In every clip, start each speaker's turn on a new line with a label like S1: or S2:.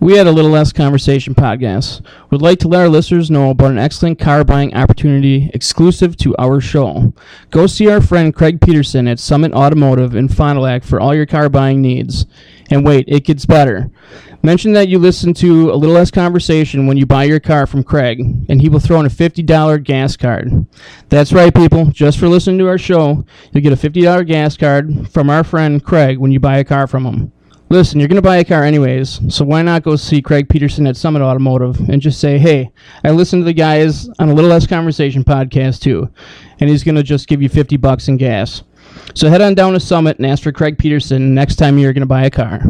S1: We had a little less conversation podcast. Would like to let our listeners know about an excellent car buying opportunity exclusive to our show. Go see our friend Craig Peterson at Summit Automotive in Fond du Lac for all your car buying needs. And wait, it gets better. Mention that you listen to a little less conversation when you buy your car from Craig, and he will throw in a $50 gas card. That's right, people. Just for listening to our show, you'll get a $50 gas card from our friend Craig when you buy a car from him. Listen, you're going to buy a car anyways, so why not go see Craig Peterson at Summit Automotive and just say, hey, I listened to the guys on a Little Less Conversation podcast too, and he's going to just give you 50 bucks in gas. So head on down to Summit and ask for Craig Peterson next time you're going to buy a car.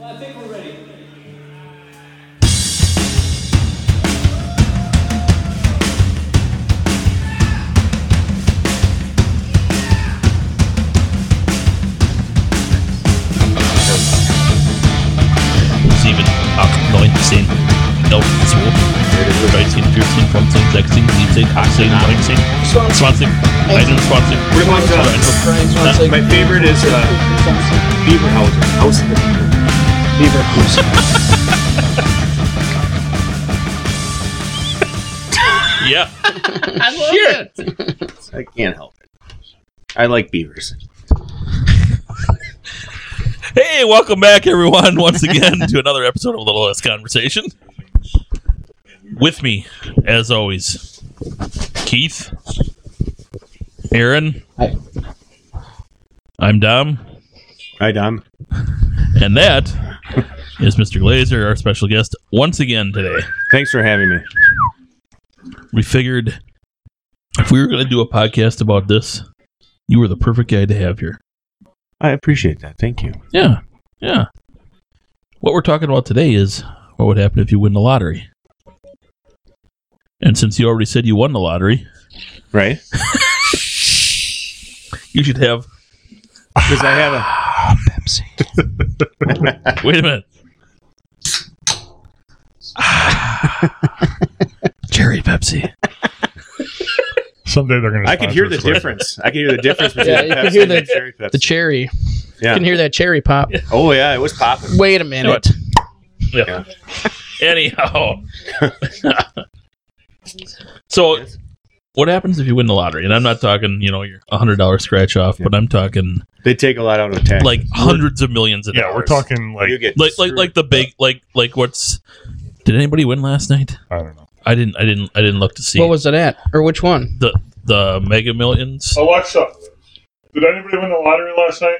S2: I think we're ready.
S3: Sieben, acht, neun, zehn, elf, zwölf, 13, 14, 15, 16, 17, 18, 19, 20, 21,
S4: We're going to.
S3: That's-
S4: uh, my favorite is uh, Beaver House. House of the Beaver. Beaver House.
S3: Yeah.
S4: I can't help it. I like beavers.
S3: Hey, welcome back, everyone, once again to another episode of A Little Less Conversation. With me, as always, Keith, Aaron.
S1: Hi.
S3: I'm Dom.
S4: Hi, Dom.
S3: And that is Mr. Glazer, our special guest, once again today.
S4: Thanks for having me.
S3: We figured if we were going to do a podcast about this, you were the perfect guy to have here.
S4: I appreciate that. Thank you.
S3: Yeah. Yeah. What we're talking about today is what would happen if you win the lottery. And since you already said you won the lottery,
S4: Right?
S3: you should have.
S4: Because I have a.
S3: Wait a minute. Cherry Pepsi.
S5: Someday they're going to.
S4: I could hear the difference. I could hear the difference between
S1: Yeah, you can
S4: Pepsi
S1: hear
S4: and
S1: the-
S4: cherry Pepsi.
S1: The cherry.
S4: yeah.
S1: You can hear that cherry pop.
S4: oh yeah, it was popping.
S1: Wait a minute.
S3: Yeah. Anyhow. so
S4: Yes.
S3: what happens if you win the lottery? And I'm not talking, you know, your hundred dollar scratch off, but I'm talking
S4: They take a lot out of tax.
S3: like hundreds of millions of
S5: Yeah,
S3: dollars.
S5: we're talking like
S4: you get
S3: like like like the big like like what's did anybody win last night?
S5: I don't know.
S3: I didn't I didn't I didn't look to see
S1: What was it at? Or which one?
S3: the the mega millions.
S1: Oh.
S5: Alexa, did anybody win the lottery last night?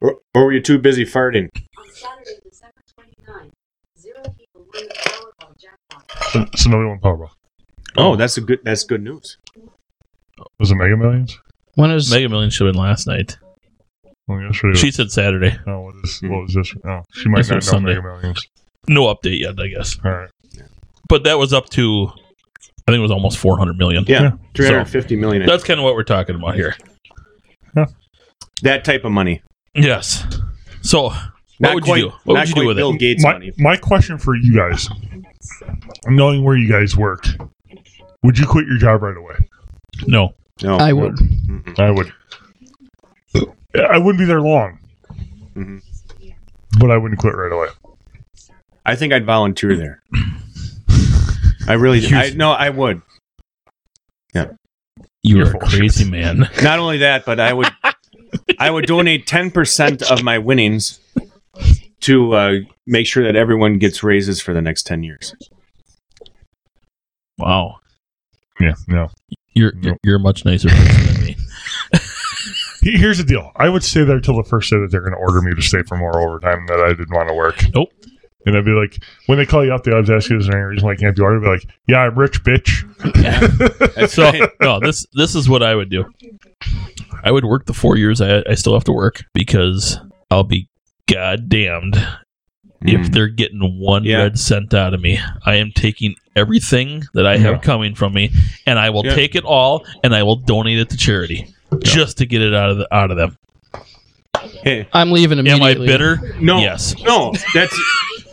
S4: Or, or were you too busy farting?
S6: On Saturday, December 29th, zero people won the Powerball jackpot.
S5: So, so nobody won Powerball.
S4: Oh, that's a good. That's good news.
S5: Was it Mega Millions?
S1: When is
S3: Mega millions should have been last night.
S5: Well, yesterday. was-
S3: She said Saturday.
S5: oh, what is what was this? Oh, she might
S3: This
S5: not know
S3: was Sunday.
S5: Mega Millions.
S3: No update yet, I guess.
S5: All right.
S3: But that was up to I think it was almost four hundred million.
S4: Yeah,
S5: Yeah.
S4: three hundred fifty million.
S3: That's kind of what we're talking about here.
S4: that type of money.
S3: Yes. So what would
S4: quite,
S3: you do? What
S4: not
S3: would you
S4: quite
S3: do with
S4: Bill
S3: it?
S4: Gates
S5: My,
S4: money.
S5: my question for you guys, knowing where you guys work, would you quit your job right away?
S3: No.
S4: No, Mm-hmm,
S1: I would.
S4: Mm-mm.
S5: I would. I wouldn't be there long,
S4: Mhm.
S5: but I wouldn't quit right away.
S4: I think I'd volunteer there. I really. I no, I would.
S3: You
S5: You're
S3: are a
S5: bullshit.
S3: crazy man.
S4: Not only that, but I would. I would donate ten percent of my winnings to uh, make sure that everyone gets raises for the next ten years.
S3: Wow.
S5: Yeah. No.
S3: You're you're,
S5: Nope.
S3: you're a much nicer person than me.
S5: He- Here's the deal. I would stay there till the first day that they're going to order me to stay for more overtime that I didn't want to work.
S3: Nope.
S5: And I'd be like, when they call you up, they always ask you, is there any reason why I can't do art? I'd be like, yeah, I'm rich, bitch.
S4: That's
S3: So
S4: right.
S3: no, this this is what I would do. I would work the four years I, I still have to work because I'll be goddamned if
S4: Mm.
S3: they're getting one
S4: Yeah.
S3: red cent out of me. I am taking everything that I have
S5: Yeah.
S3: coming from me, and I will
S4: Yeah.
S3: take it all, and I will donate it to charity just to get it out of the, out of them.
S4: Hey,
S1: I'm leaving
S3: Am
S1: immediately.
S3: I bitter?
S4: no,
S3: Yes.
S4: no. That's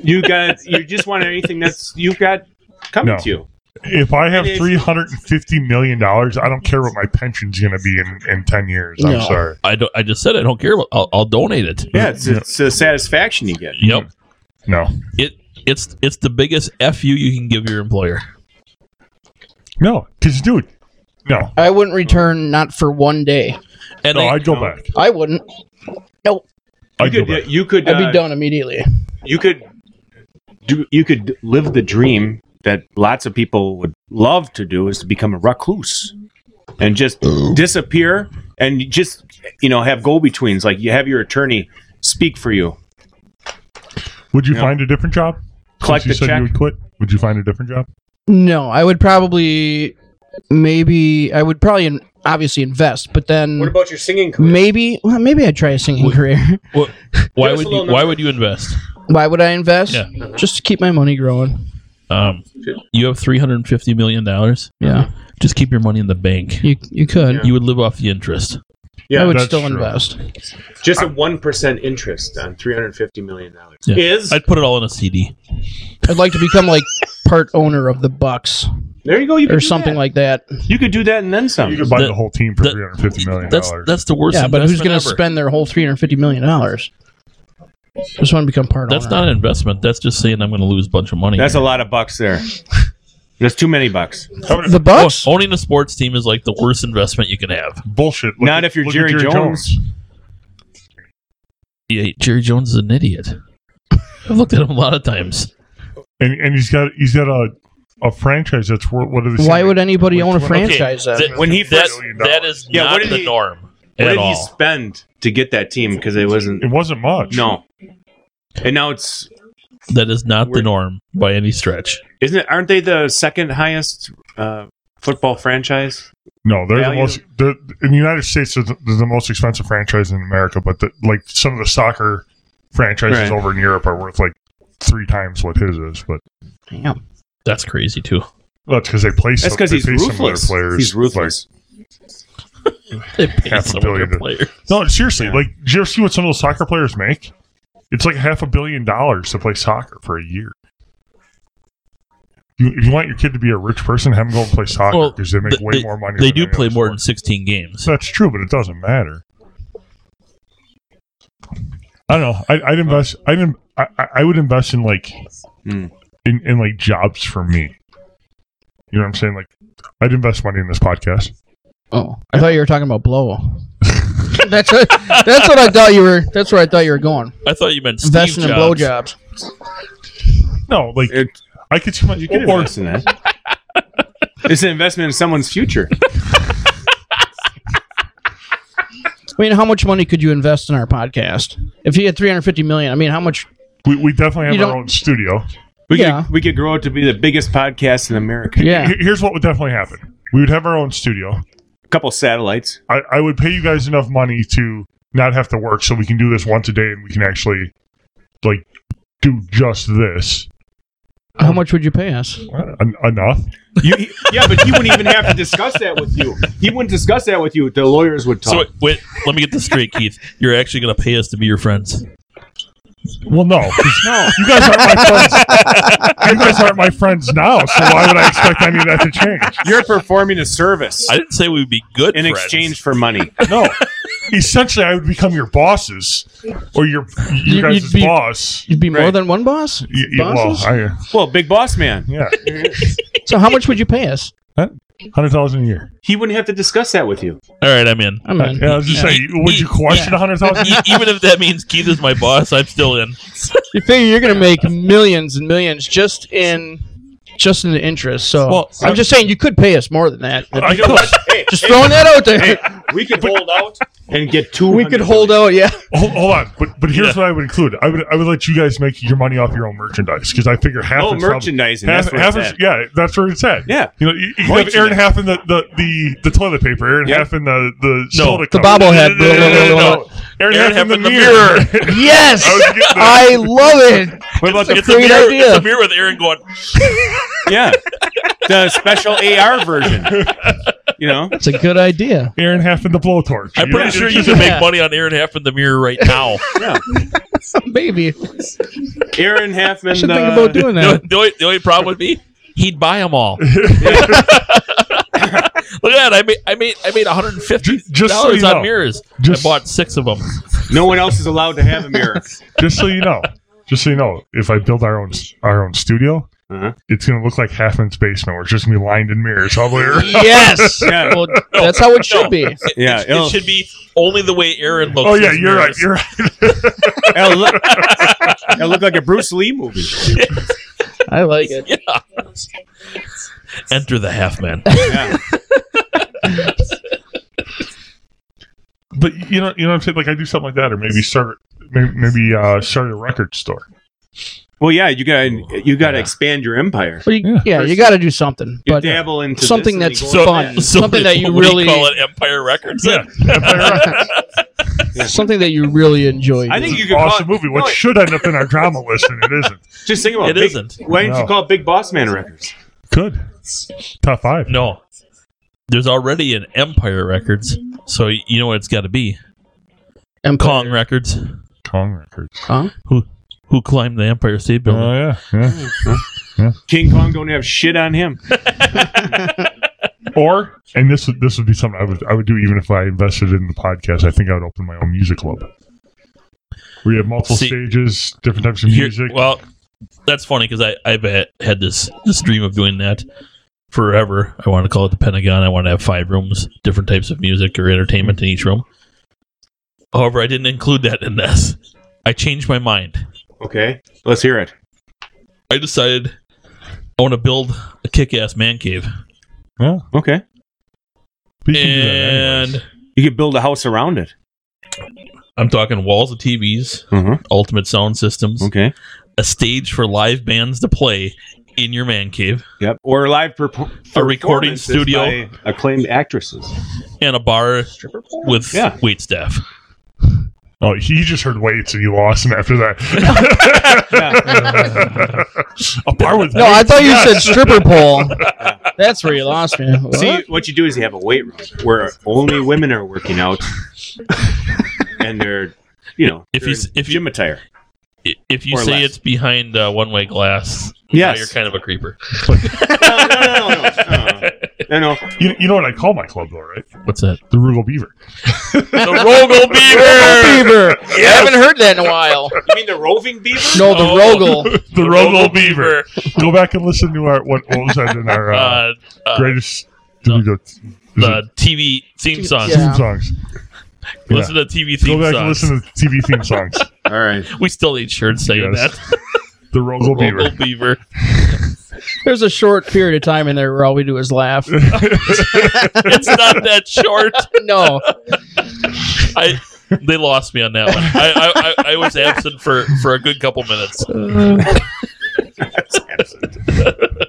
S4: you got. You just want anything that's you've got coming
S5: No.
S4: to you.
S5: If I have
S4: It is-
S5: $350 million, I don't care what my pension's going to be in, in 10 years.
S1: No.
S5: I'm sorry.
S3: I don't. I just said I don't care. About, I'll, I'll donate it.
S4: Yeah, it's, it's a satisfaction you get.
S3: Yep.
S5: No.
S3: It it's it's the biggest fu you can give your employer.
S5: No. Because, dude, no.
S1: I wouldn't return not for one day.
S3: And
S5: No,
S3: I-
S5: I'd go back.
S1: I wouldn't.
S4: You
S5: I'd go
S4: could,
S5: back.
S4: you could,
S1: I'd
S4: uh,
S1: be done immediately.
S4: you could do, you could live the dream that lots of people would love to do is to become a recluse and just disappear and you just you know have go-betweens like you have your attorney speak for you
S5: Would you
S4: Yeah.
S5: find a different job?
S4: Collect
S5: Since
S4: the
S5: you said
S4: check.
S5: you would quit. Would you find a different job?
S1: No, I would probably, maybe I would probably in, obviously invest, but then
S4: about your singing
S1: maybe well, maybe I'd try a singing career.
S3: wh- why
S4: us a
S3: would you
S4: little
S3: why
S4: number.
S3: would you invest?
S1: Why would I invest?
S3: Yeah.
S1: Just to keep my money growing.
S3: Um, you have three hundred and fifty million dollars.
S1: Yeah,
S3: Just keep your money in the bank.
S1: you you could.
S3: You would live off the interest.
S1: I would
S5: that's
S1: still
S5: true.
S1: invest.
S4: just a 1% interest on $350 million
S3: Yeah.
S4: is
S3: I'd put it all in a CD.
S1: I'd like to become like part owner of the Bucks
S4: there you go you could
S1: or
S4: do
S1: something
S4: that.
S1: like that.
S4: you could do that and then some
S5: You could buy
S3: That-
S5: the, whole team for
S3: that-
S5: three hundred fifty million
S3: That's
S5: dollars.
S3: that's the worst.
S1: yeah, but who's going to
S3: investment ever.
S1: spend their whole three hundred fifty million dollars? Just want to become part
S3: That's
S1: owner.
S3: not an investment. That's just saying I'm going to lose a bunch of money.
S4: that's a lot of bucks there that's too many bucks
S1: the
S3: Oh,
S1: Bucks.
S3: owning a sports team is like the worst investment you can have.
S5: bullshit. Look
S4: Not
S5: at-
S4: if you're
S5: look at
S4: Jerry Jones.
S3: Yeah, Jerry Jones is an idiot. I've looked at him a lot of times.
S5: and and he's got he's got a a franchise that's worth what are they?
S1: Why
S5: saying?
S1: would anybody own a
S5: Okay,
S1: franchise? then?
S3: that-
S4: When he
S3: that,
S4: first-
S3: that is
S4: Yeah,
S3: not
S4: what did
S3: the
S4: he-
S3: norm
S4: what
S3: at
S4: did he
S3: all.
S4: spend to get that team because it wasn't
S5: It wasn't much.
S4: no and now it's
S3: that is not the
S4: We're-
S3: norm by any stretch.
S4: Isn't it? Aren't they the second highest uh, football franchise?
S5: no. They're the
S4: Value.
S5: most. They're, in the United States, they're the, they're the most expensive franchise in America. But the, like some of the soccer franchises
S4: Right.
S5: over in Europe are worth like three times what his is. But
S1: Damn.
S3: That's crazy too.
S5: well, that's because they play.
S4: That's
S5: some-
S4: because
S5: they
S4: he's
S5: pay some of their
S4: ruthless.
S5: Players
S4: He's ruthless.
S3: They paid
S5: Half a
S3: some of their
S5: billion to-
S3: players.
S5: like- no, seriously.
S4: Yeah.
S5: Like, do you ever see what some of those soccer players make? It's like half a billion dollars to play soccer for a year. You, if you want your kid to be a rich person, have him go and play soccer
S3: Well,
S5: because they make
S3: th-
S5: way more money.
S3: They
S5: than
S3: do
S5: any
S3: play
S5: other
S3: more
S5: sport.
S3: than 16 games.
S5: That's true, but it doesn't matter. I don't know. I, I'd invest. I'd, in- I I I would invest in like
S4: Hmm.
S5: in, in like jobs for me. You know what I'm saying? Like, I'd invest money in this podcast.
S1: Oh, I thought you were talking about blow. that's what, that's what I thought you were. That's where I thought you were going.
S3: I thought you meant Steve
S1: Investing in
S3: Jobs.
S1: blowjobs.
S5: No, like
S4: It,
S5: I could see my you
S4: you can invest in that. it's an investment in someone's future.
S1: I mean, how much money could you invest in our podcast? If you had three hundred fifty million, I mean, how much?
S5: we, we definitely
S1: You
S5: have our
S1: don't-
S5: own studio.
S4: We
S1: Yeah.
S4: could we could grow it to be the biggest podcast in America.
S1: Yeah,
S5: Here- Here's what would definitely happen: we would have our own studio.
S4: A couple satellites.
S5: I, I would pay you guys enough money to not have to work so we can do this once a day and we can actually like do just this
S1: how much would you pay us?
S5: En- enough.
S4: You, he- yeah, but he wouldn't even have to discuss that with you. He wouldn't discuss that with you. The lawyers would
S3: So
S4: talk.
S3: wait, wait, let me get this straight, Keith. You're actually going to pay us to be your friends.
S5: Well, no, 'cause you guys aren't my friends. You guys aren't my friends now, so why would I expect any of that to change?
S4: You're performing a service
S3: I didn't say we would be good
S4: in
S3: friends.
S4: exchange for money.
S5: No, essentially, I would become your bosses or your you
S1: You'd
S5: guys'
S1: be-
S5: boss.
S1: You'd be more
S4: Right.
S1: than one boss.
S5: Y- y- well,
S1: bosses?
S5: I,
S4: Well, big boss man.
S5: yeah,
S1: So how much would you pay us?
S5: hundred thousand a year.
S4: He wouldn't have to discuss that with you.
S3: All right, I'm in.
S1: I'm in.
S5: Yeah, I was just saying, would you question a hundred thousand?
S3: E- Even if that means Keith is my boss, I'm still in.
S1: You figure you're gonna make millions and millions just in just in the interest. So
S5: Well,
S1: I'm, just saying you could pay us more than that.
S5: I could
S4: Hey,
S1: just
S4: hey,
S1: throwing that out there.
S4: we could hold out and get two.
S1: we could hold out. Yeah.
S5: Hold, hold on, but but here's
S3: Yeah.
S5: what I would include. I would I would let you guys make your money off your own merchandise because I figure half
S4: Oh,
S5: it's probably-
S4: merchandising.
S5: half,
S4: that's where
S5: half
S4: it's
S5: it's-
S4: at.
S5: yeah, that's where it's at.
S4: Yeah.
S5: you know, you, you have Aaron
S4: Merchandise.
S5: half in the the the, the toilet paper, Aaron
S4: Yep.
S5: half in the the
S3: No,
S5: soda
S1: the
S5: cup.
S1: bobblehead.
S5: No, no, no, no, no, no. Aaron,
S3: Aaron
S5: half, in the, mirror.
S3: mirror.
S1: Yes.
S5: I was getting there.
S1: I love it.
S4: What about
S1: It's
S4: the
S1: a
S3: It's a
S1: Great
S3: mirror.
S1: idea.
S3: It's a mirror with Aaron going.
S4: yeah, the special AR version? You know,
S1: That's a good idea.
S5: Aaron half in the blowtorch.
S3: I'm
S5: You know,
S3: pretty sure
S5: it's
S3: you
S5: just-
S3: can
S1: Yeah.
S3: make money on Aaron half in the mirror right now.
S4: yeah.
S1: Maybe I
S4: Aaron uh, Halfman.
S1: should
S4: the,
S1: think about doing
S3: The,
S1: that.
S3: the only, the only problem would be he'd buy them all. Look at that! I made I made I made 150
S5: Ju- just so
S3: dollars
S5: you
S3: on
S5: know.
S3: mirrors.
S5: Just-
S3: I bought six of them.
S4: No one else is allowed to have a mirror.
S5: Just so you know, Just so you know, if I build our own our own studio,
S4: Uh-huh.
S5: it's gonna look like Halfman's basement, where it's just gonna be lined in mirrors all the way around.
S1: Yes.
S4: Yeah.
S1: Well, that's how it should be.
S4: Yeah,
S3: it,
S4: it'll-
S3: it should be only the way Aaron looks.
S5: Oh yeah,
S3: is
S5: you're right.
S3: mirrors.
S5: You're right.
S4: It'll look, it'll look like a Bruce Lee movie.
S1: I like it.
S3: Enter the half man.
S4: Yeah.
S5: But you know, you know what I'm saying? Like I do something like that, or maybe start, maybe, maybe uh, start a record store.
S4: Well, yeah, you gotta you gotta
S3: Yeah.
S4: expand your empire.
S1: Well, you, yeah,
S5: Yeah.
S1: you got to do something.
S4: You
S1: But
S4: dabble into this
S1: something
S4: and then
S1: that's
S4: go
S3: So,
S4: into
S1: fun.
S4: that.
S3: so
S1: Something that you
S3: what do
S1: really-
S3: call it Empire Records. then?
S1: something that you really enjoy.
S4: I think you could
S5: Awesome
S4: call it-
S5: movie. What
S4: no,
S5: should end up in our drama list, and it isn't.
S4: just think about
S3: It
S4: it. Big-
S3: isn't.
S4: Why didn't you
S5: No.
S4: call it Big Boss Man Records?
S5: Could top five?
S3: No, there's already an Empire Records, so y- you know what it's got to be.
S1: and
S3: Kong Records.
S5: Kong records.
S1: Kong?
S3: Who climbed the Empire State
S5: Oh
S3: Building?
S5: yeah, yeah.
S4: King Kong don't have shit on him.
S5: Or and this would this would be something I would I would do even if I invested in the podcast. I think I would open my own music club. We have multiple
S3: See-
S5: stages, different types of
S3: You're-
S5: music.
S3: Well, that's funny because I I've had- had this this dream of doing that forever. I want to call it the Pentagon. I want to have five rooms, different types of music or entertainment in each room. However, I didn't include that in this. I changed my mind.
S4: Okay, let's hear it.
S3: I decided I want to build a kick-ass man cave,
S5: yeah,
S4: Okay,
S5: we can do that anyways.
S3: and
S4: you could build a house around it.
S3: I'm talking walls of TVs,
S4: Uh-huh.
S3: ultimate sound systems,
S4: Okay.
S3: a stage for live bands to play in your man cave,
S4: Yep. Or live per-
S3: A recording
S4: performances
S3: studio.
S4: by acclaimed actresses.
S3: and a bar with
S4: Yeah.
S3: wait staff.
S5: Oh, he just heard weights and he lost him after that. A bar with
S1: No, I thought you said stripper pole. That's where you lost me. What?
S4: See, what you do is you have a weight room where only women are working out, and they're, you know,
S3: If
S4: they're
S3: he's-
S4: in
S3: if you-
S4: gym attire.
S3: I- if you
S4: Or
S3: say
S4: less.
S3: it's behind uh, one way glass, yeah,
S4: Yes.
S3: you're kind of a creeper.
S4: no, no, no, no, no, no, no.
S5: You, you know what I call my club though, right?
S3: What's that?
S5: The Rugal Beaver.
S3: the Rogel Beaver.
S1: Beaver. I haven't heard that in a while.
S4: You mean the roving beaver?
S1: No, the
S3: Oh.
S1: Rogel.
S5: The Rugal Beaver. Go back and listen to our what, what was that in our uh,
S3: Uh, uh,
S5: greatest
S3: no.
S5: is it-
S3: the TV theme song.
S1: Yeah.
S5: theme songs. yeah.
S3: Listen to TV
S5: Go
S3: theme
S5: back and
S3: songs.
S5: listen to TV theme songs.
S4: All right.
S3: We still need shirts saying
S5: Yes.
S3: that.
S5: The Rugal Beaver.
S3: Rogel Beaver.
S1: There's a short period of time in there where all we do is laugh.
S3: It's not that short.
S1: No,
S3: I they lost me on that one. I I, I, I was absent for for a good couple minutes.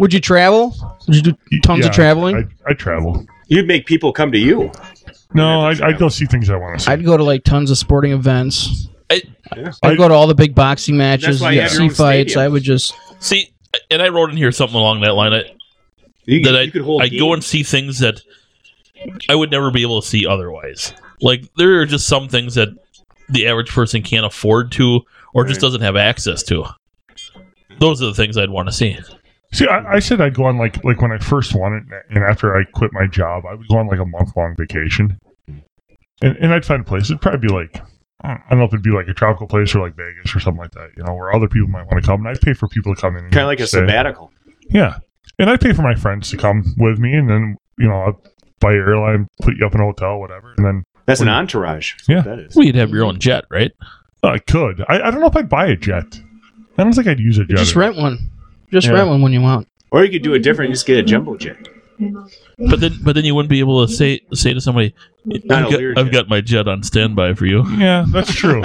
S1: would you travel? Would you do tons
S5: Yeah,
S1: of traveling?
S5: I, I travel.
S4: You'd make people come to you.
S5: No, I, I go see things I want to see.
S1: I'd go to like tons of sporting events.
S3: I-
S1: I'd
S5: I-
S1: go to all the big boxing matches,
S4: why you have your
S1: UFC
S4: own
S1: fights.
S4: stadium.
S1: I would just
S3: See, and I wrote in here something along that line. I,
S4: You,
S3: that I,
S4: you could hold.
S3: I go and see things that I would never be able to see otherwise. Like there are just some things that the average person can't afford to or just
S4: Right.
S3: doesn't have access to. Those are the things I'd want to see.
S5: See, I, I said I'd go on like like when I first won it, and after I quit my job, I would go on like a month long vacation, and and I'd find a place. It'd probably be like I don't know if it'd be like a tropical place or like Vegas or something like that, you know, where other people might want to come, and I'd pay for people to come in, and
S4: kind of like a
S5: stay.
S4: sabbatical.
S5: Yeah, and I'd pay for my friends to come with me, and then you know I'd buy your airline, put you up in a hotel, whatever, and then
S4: That's an entourage.
S5: Yeah.
S4: that is.
S3: Well, you'd have your own jet, right?
S5: oh, I could. I, I don't know if I'd buy a jet. I don't think I'd use a jet.
S1: just rent one. Just
S5: Yeah.
S1: rent one when you want.
S4: Or you could do it different. Just get a jumbo jet.
S3: But then, but then you wouldn't be able to say say to somebody, "I've
S4: Not a
S3: got,
S4: Learjet.
S3: I've got my jet on standby for you."
S5: Yeah, that's true.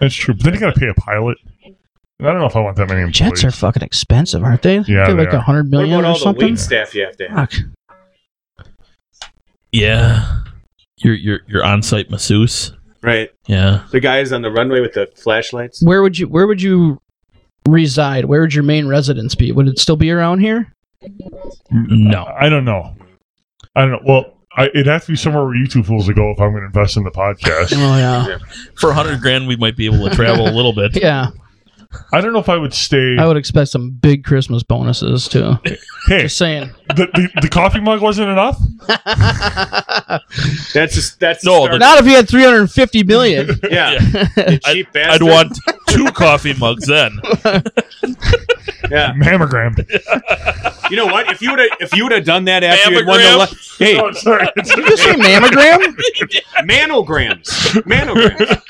S5: that's true. But then you got to pay a pilot. And I don't know if I want that many employees.
S1: Jets are fucking expensive, aren't they?
S5: Yeah,
S1: They're
S5: they
S1: like
S5: are.
S1: a hundred
S4: What
S1: million
S4: about
S1: or
S4: all the
S1: something. Ah.
S4: wait staff you have to have?
S1: Fuck.
S3: Yeah, your your your on site masseuse.
S4: Right.
S3: Yeah,
S4: The guys on the runway with the flashlights.
S1: Where would you Where would you reside? Where would your main residence be? Would it still be around here?
S3: no,
S5: I don't know. I don't know. Well, I, it'd have to be somewhere where you two fools would go if I'm going to invest in the podcast.
S1: Oh yeah,
S3: for a hundred grand we might be able to travel a little bit.
S1: yeah.
S5: I don't know if I would stay.
S1: I would expect some big Christmas bonuses too.
S5: hey,
S1: Just saying.
S5: the, the, the coffee mug wasn't enough.
S1: Not
S4: That's just, that's
S3: No,
S4: start-
S3: the-
S1: if you had 350 million.
S4: yeah.
S3: I-
S4: Cheap
S3: I'd
S4: bastard.
S3: want two coffee mugs then.
S4: Yeah.
S5: Mammogram.
S4: You know what? If you would have if you would have done that after you had won the
S3: Mammogram?
S4: le- hey
S5: Oh, sorry.
S1: Did you say mammogram?
S4: manograms manograms.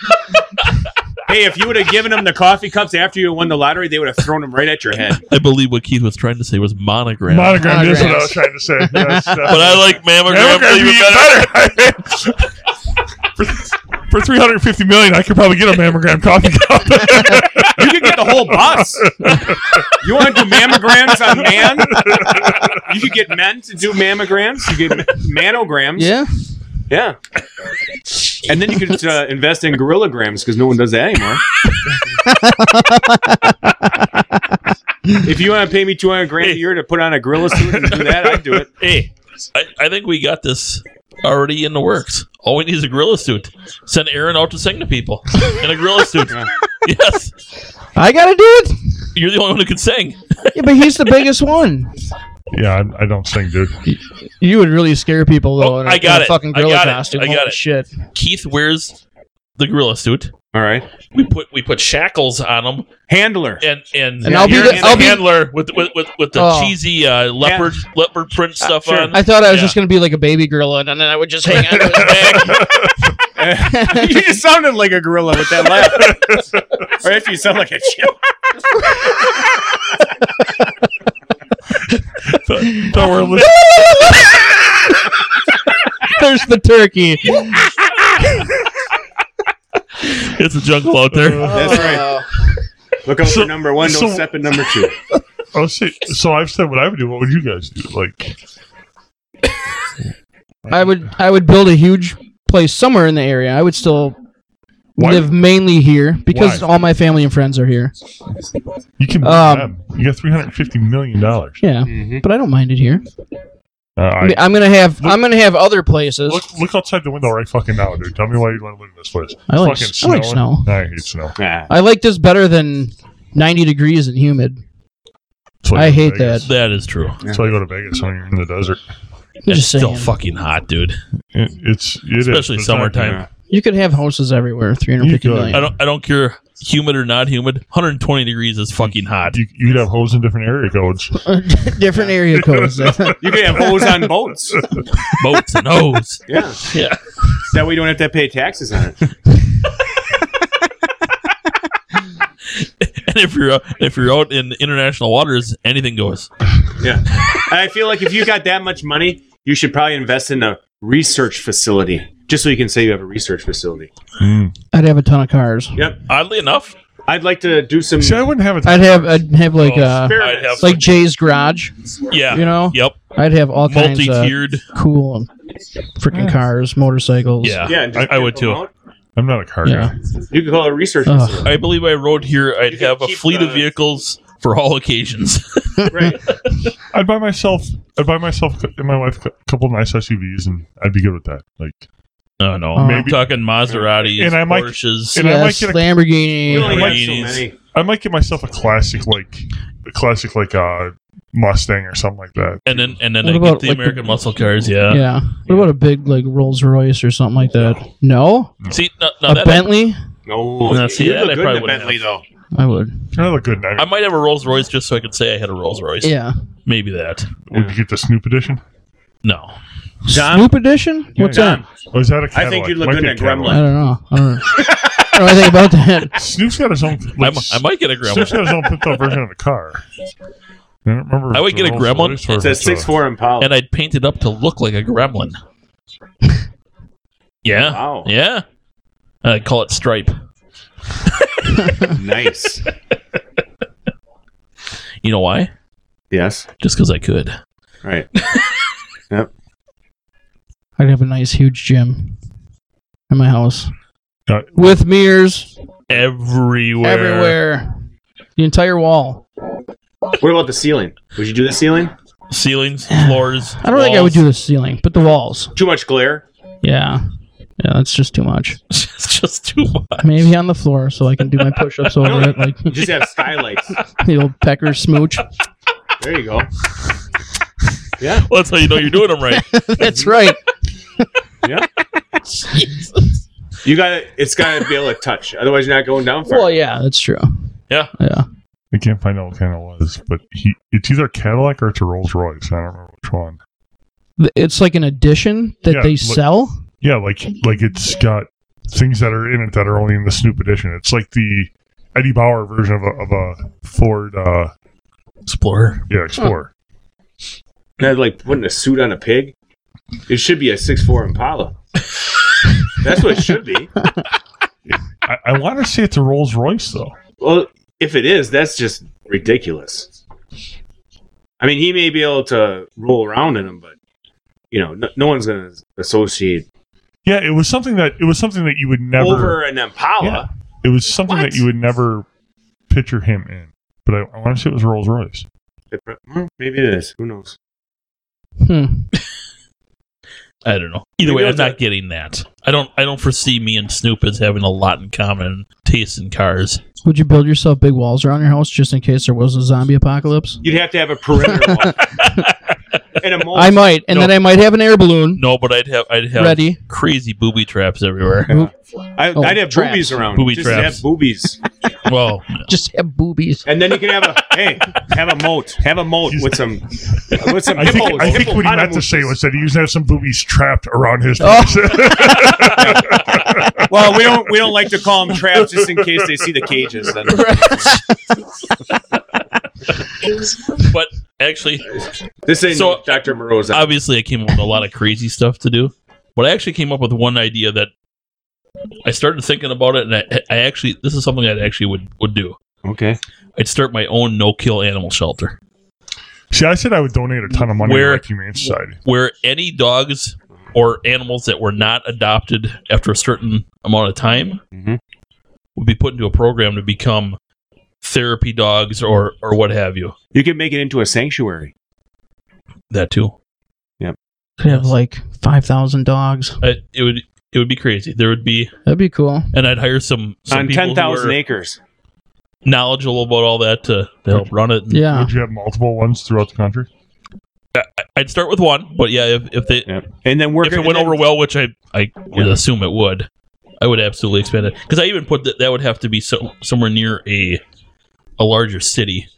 S4: hey, if you would have given them the coffee cups after you won the lottery, they would have thrown them right at your head.
S3: I believe what Keith was trying to say was monogram.
S5: Monogram is what I was trying to say. Yes,
S3: but I like mammogram
S5: Mammograms
S3: even better.
S5: would be better. for, for 350 million, I could probably get a mammogram coffee cup.
S4: You could get the whole bus. You want to do mammograms on man? You could get men to do mammograms. You get manograms.
S1: Yeah.
S4: Yeah. And then you could uh, invest in gorillograms because no one does that anymore. if you want to pay me 200 grand a year to put on a gorilla suit and do that, I'd do it.
S3: Hey, I, I think we got this already in the works. All we need is a gorilla suit. Send Aaron out to sing to people in a gorilla suit.
S4: Yeah.
S3: Yes,
S1: I gotta do it.
S3: you're the only one who can sing.
S1: Yeah, but he's the biggest one.
S5: yeah, I, I don't sing, dude.
S1: You would really scare people though.
S3: Oh,
S1: in a-
S3: I got
S1: in a
S3: it.
S1: Fucking
S3: I
S1: gorilla
S3: got it.
S1: costume.
S3: I got
S1: Holy
S3: it.
S1: Shit.
S3: Keith wears the gorilla suit.
S4: All right.
S3: We put we put shackles on him
S4: Handler.
S3: and and,
S1: And I'll be
S3: you're
S1: the-
S3: in
S1: I'll be-
S3: handler with with with, with the
S1: Oh. Uh,
S3: cheesy uh, leopard leopard print stuff
S4: sure.
S3: on.
S1: I thought I was
S3: Yeah.
S1: just gonna be like a baby gorilla, and then I would just hang out. to his back.
S4: you just sounded like a gorilla with that laugh. or if you sound like a chip.
S5: So we're listening.
S1: There's the turkey.
S3: it's a jungle out there.
S4: That's right. Look out
S5: Oh, So-
S4: for number one. Don't
S5: so-
S4: step in number two.
S5: Oh, see, so I've said what I would do. What would you guys do? Like,
S1: I would I would build a huge place somewhere in the area. I would still
S5: Why-
S1: live mainly here because
S5: Why?
S1: all my family and friends are here.
S5: you can.
S1: Um,
S5: Um, you got 350 million dollars.
S1: Yeah,
S4: Mm-hmm.
S1: but I don't mind it here.
S5: Uh,
S1: I
S5: I-
S1: mean, I'm gonna have I'm gonna have other places.
S5: look, look outside the window right fucking now, dude. Tell me why you want to live in this place.
S1: I like
S5: Fucking
S1: s- I like snow.
S5: I hate snow.
S4: Ah.
S1: I like this better than 90 degrees and humid.
S5: That's why
S1: I
S5: you go to
S1: hate
S5: Vegas.
S1: that.
S3: That is true.
S5: That's why I go to Vegas when you're in the desert.
S1: Just
S3: it's still
S1: saying.
S3: fucking hot, dude.
S5: It, it's it is.
S3: Especially
S5: It's not-
S3: summertime.
S5: yeah.
S1: You could have houses everywhere. 350
S5: You could.
S1: million.
S3: I don't I don't care humid or not humid. 120 degrees is fucking hot.
S5: You, you'd have holes in different area codes.
S1: Different area codes. I
S4: You could have holes on boats.
S3: Boats and hose.
S4: Yeah.
S3: Yeah.
S4: That way you don't have to pay taxes on it.
S3: And if you're uh, if you're out in international waters, anything goes.
S4: Yeah. I feel like if you got that much money, you should probably invest in a research facility. Just so you can say you have a research facility.
S5: Mm.
S1: would have a ton of cars.
S4: Yep.
S3: Oddly enough,
S4: I'd like to do some
S5: See, I wouldn't have it.
S1: I'd have I'd have like
S3: Oh,
S1: uh
S4: experiments.
S3: I'd have-
S1: like Jay's garage.
S3: yeah,
S1: You know?
S3: yep,
S1: I'd have all kinds of
S3: multi-tiered.
S1: cool freaking cars, motorcycles.
S3: Yeah,
S4: yeah, and just
S3: I, I would
S4: get them
S3: too.
S4: out.
S5: I'm not a car
S1: Yeah.
S5: guy.
S4: You could call it a research
S1: Ugh.
S4: facility.
S3: I believe I wrote here. I'd
S4: You could
S3: have a
S4: keep
S3: fleet of
S4: the-
S3: vehicles for all occasions.
S4: Right.
S5: I'd buy myself. I'd buy myself and my wife a couple nice SUVs, and I'd be good with that. Like,
S3: no, no,
S1: Uh,
S3: I'm talking Maseratis,
S5: And I might-
S3: Porsches.
S5: and I might
S1: Yes,
S5: get a-
S4: We
S1: Lamborghini.
S4: only have so
S3: Lamborghinis.
S4: many.
S5: I might get myself a classic, like a classic, like uh, Mustang or something like that.
S3: and then and then
S1: What
S3: I
S1: about,
S3: get the
S1: like, the-
S3: American muscle cars. Yeah.
S1: yeah. What about a big like Rolls Royce or something like that? No,
S3: See, no, no,
S1: a
S3: that,
S1: Bentley.
S4: No,
S3: No, see,
S4: you
S3: that
S4: look
S3: I
S4: good
S3: probably
S4: in a
S3: wouldn't
S4: Bentley
S3: have.
S4: though.
S1: I would.
S5: I look good. Now.
S3: I might have a Rolls Royce just so I could say I had a Rolls Royce.
S1: Yeah.
S3: Maybe that.
S5: Would you get the Snoop edition?
S3: No.
S4: John?
S1: Snoop edition? What's
S4: John.
S1: that?
S5: Or is that a Cadillac?
S4: think you'd look
S5: Might
S4: good
S5: be
S4: in a
S1: I
S5: Cadillac.
S1: don't know. I don't know. I don't know anything about that.
S5: Snoop's got his own.
S3: I,
S5: Like,
S3: mi- I might get a
S5: Snoop's
S3: Gremlin.
S5: got his own pimped up version of the car. I don't remember. if
S3: I would
S5: it's
S3: get a
S5: Rolls
S3: Gremlin.
S5: Royce or
S4: It's
S5: if
S4: a six four Impala.
S1: Oh.
S3: and I'd paint it up to look like a gremlin. Yeah.
S4: Wow.
S3: Yeah. I'd call it Stripe.
S4: nice.
S3: You know why?
S4: Yes.
S3: Just because I could.
S4: Right.
S1: I'd have a nice huge gym in my house
S5: Uh,
S1: with mirrors
S3: Everywhere.
S1: everywhere, the entire wall.
S4: What about the ceiling? Would you do the ceiling?
S3: Ceilings, floors.
S1: I don't think I would do the ceiling, but the walls.
S4: Too much glare.
S1: Yeah. Yeah, that's just too much.
S3: it's just too much.
S1: Maybe on the floor so I can do my push ups over it, like
S4: Just have skylights.
S1: the old pecker smooch.
S4: There you go. Yeah,
S3: Well, that's how you know you're doing them right.
S1: that's right.
S4: yeah.
S3: Jesus.
S4: You got to It's got to be able to touch. Otherwise, you're not going down far.
S1: Well, yeah, that's true.
S3: Yeah.
S1: Yeah.
S5: I can't find out what kind it was, but he it's either a Cadillac or it's a Rolls Royce. I don't remember which one.
S1: Th- It's like an addition that
S5: Yeah,
S1: they
S5: like-
S1: sell.
S5: Yeah, like like it's got things that are in it that are only in the Snoop edition. It's like the Eddie Bauer version of a, of a Ford uh,
S3: Explorer.
S5: yeah Explorer.
S4: And I'd like putting a suit on a pig. It should be a six four Impala. That's what it should be.
S5: I, I want to say it's a Rolls Royce though.
S4: Well, if it is, that's just ridiculous. I mean, he may be able to roll around in them, but you know, no, no one's going to associate
S5: Yeah, it was something that it was something that you would never.
S4: over an Impala.
S5: It was something
S4: What?
S5: that you would never picture him in. But I, I want to say it was Rolls Royce.
S4: It pro- well, hmm, Maybe it is. Who knows?
S1: Hmm.
S3: I don't know. Either
S4: Maybe
S3: way,
S4: it
S3: I'm
S4: was
S3: not
S4: a-
S3: getting that. I don't. I don't foresee me and Snoop as having a lot in common taste in cars.
S1: Would you build yourself big walls around your house just in case there was a zombie apocalypse?
S4: You'd have to have a perimeter wall and a mold.
S1: I might, and
S3: No.
S1: then I might have an air balloon
S3: No, but I'd have. I'd have
S1: ready.
S3: crazy booby traps everywhere.
S4: I,
S1: Oh,
S4: I'd have
S1: traps.
S4: boobies around.
S3: Booby
S4: Just
S3: traps.
S4: have boobies,
S3: well,
S1: Just have boobies.
S4: and then you can have a hey, have a moat, have a moat with some with some
S5: I think,
S4: hippos,
S5: I think what he meant to
S4: hippopotamuses.
S5: say was that he used to have some boobies trapped around his.
S1: Oh.
S4: Well, we don't we don't like to call them traps just in case they see the cages. Then.
S3: but actually,
S4: This ain't
S3: So- uh,
S4: Dr. Moreau's.
S3: obviously, I came up with a lot of crazy stuff to do. But I actually came up with one idea that I started thinking about it, and I, I actually this is something I actually would would do.
S4: okay.
S3: I'd start my own no kill animal shelter
S5: See, I said I would donate a ton of money
S3: Where-
S5: to the Humane Society.
S3: where any dogs or animals that were not adopted after a certain amount of time
S4: Mhm.
S3: would be put into a program to become therapy dogs or or what have you.
S4: You can make it into a sanctuary.
S3: That too.
S1: Could have like five thousand dogs.
S3: I, it would it would be crazy. There would be,
S1: That'd be cool.
S3: and I'd hire some, some
S4: on
S3: people who
S4: 10,000
S3: are
S4: acres.
S3: knowledgeable about all that to, to help run it. And
S1: Yeah.
S5: Would you have multiple ones throughout the country?
S3: I'd start with one, but yeah, if, if they
S4: And then work
S3: if it went
S4: and then-
S3: over well, which I I would
S4: Yeah.
S3: assume it would, I would absolutely expand it because I even put that that would have to be so, somewhere near a a larger city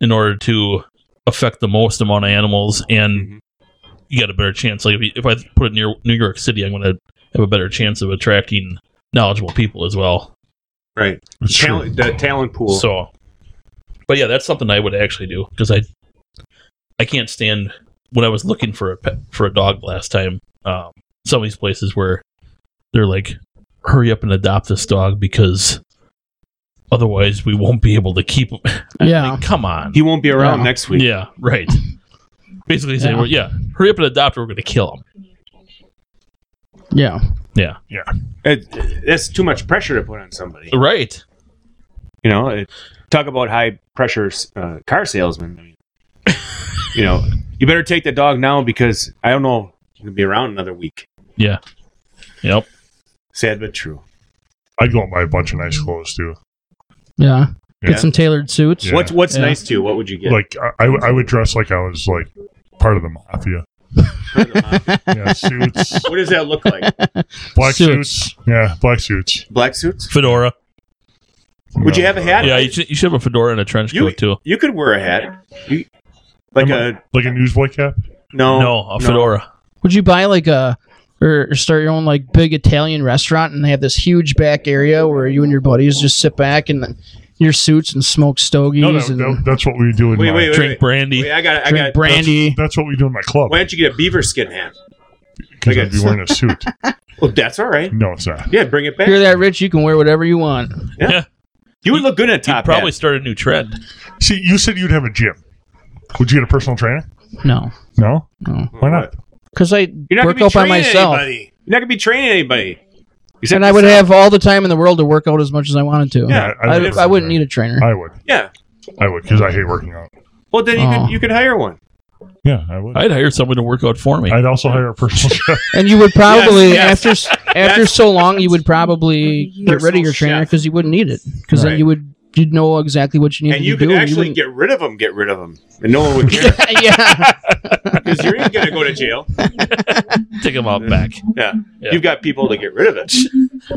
S3: in order to affect the most amount of animals, and
S4: Mhm.
S3: you got a better chance. Like if, you, if I put it near New York City, I'm going to have a better chance of attracting knowledgeable people as well.
S4: Right.
S5: It's true.
S4: Talent, the talent pool.
S3: So, but yeah, that's something I would actually do because I I can't stand when I was looking for a pet, for a dog last time. Um, some of these places where they're like, "Hurry up and adopt this dog because otherwise we won't be able to keep him."
S1: Yeah.
S3: Come on,
S4: he won't be around
S1: Yeah.
S4: next week.
S3: yeah, right. Basically saying,
S1: Yeah.
S3: "Well, yeah, hurry up and adopt, or we're going to kill him."
S1: Yeah.
S4: It- that's too much pressure to put on somebody.
S3: Right.
S4: You know, it, talk about high pressure uh, car salesman. I mean, you know, you better take the dog now because I don't know if he'll be around another week.
S3: Yeah. Yep.
S4: Sad but true.
S5: I'd go and buy a bunch of nice clothes too.
S1: Yeah.
S4: Yeah.
S1: Get some tailored suits.
S5: Yeah.
S4: What's what's
S1: Yeah.
S4: nice to you? What would you get?
S5: Like I, I, would- I would dress like I was like part of the mafia. Yeah, suits,
S4: what does that look like?
S5: black
S1: Suits.
S5: suits. Yeah, black suits.
S4: Black suits?
S3: Fedora.
S4: Would you
S5: No.
S4: have a hat?
S3: Yeah, you should, you should have a fedora and a trench
S4: You-
S3: coat too.
S4: You could wear a hat. You, like
S5: Am I-
S4: a
S5: like a newsboy cap?
S4: no,
S3: no, a fedora.
S1: Would you buy like a or or start your own like big Italian restaurant and they have this huge back area where you and your buddies just sit back in the, your suits and smoke stogies
S5: No, that,
S1: and
S5: that- that's what we do in
S4: Wait,
S5: my,
S4: wait, wait.
S3: Drink brandy.
S4: Wait, I got. I
S1: drink
S4: got.
S1: brandy.
S5: That's what we do in my club.
S4: Why don't you get a beaver skin hat?
S5: Because
S4: I
S5: I'd be
S4: guess.
S5: wearing a suit.
S4: Well, that's all right.
S5: No, it's not.
S4: Yeah, bring it
S1: If you're
S4: back.
S1: that rich, you can wear whatever you want.
S4: You would look good in a
S3: You'd
S4: top
S3: probably
S4: hat.
S3: start a new trend.
S5: See, you said you'd have a gym. Would you get a personal trainer?
S1: No,
S5: No.
S1: no,
S5: Why not?
S1: because I
S4: You're not
S1: work
S4: gonna
S1: out
S4: be
S1: by
S4: training
S1: myself,
S4: anybody. You're not gonna be training anybody. Except
S1: and I would
S4: yourself.
S1: have all the time in the world to work out as much as I wanted to.
S4: Yeah,
S1: I,
S5: would-
S1: I wouldn't need a trainer.
S5: I would.
S4: Yeah.
S5: I would because I hate working out.
S4: Well, then you
S1: Oh.
S4: could you could hire one.
S5: Yeah, I would.
S3: I'd hire someone to work out for me.
S5: I'd also hire a personal trainer.
S1: And you would probably
S4: Yes, yes.
S1: after s after
S4: That's-
S1: so long, you would probably get rid of
S4: Personal
S1: your trainer
S4: chef.
S1: because you wouldn't need it. Because then
S4: Right.
S1: you would you'd know exactly what you needed
S4: and you
S1: to do.
S4: could
S1: and
S4: actually
S1: wouldn't-
S4: get rid of them. Get rid of them, and no one would care
S1: yeah.
S4: because you're even going to go to jail.
S3: Take them out back.
S4: Yeah.
S3: Yeah.
S4: you've got people to get rid of it.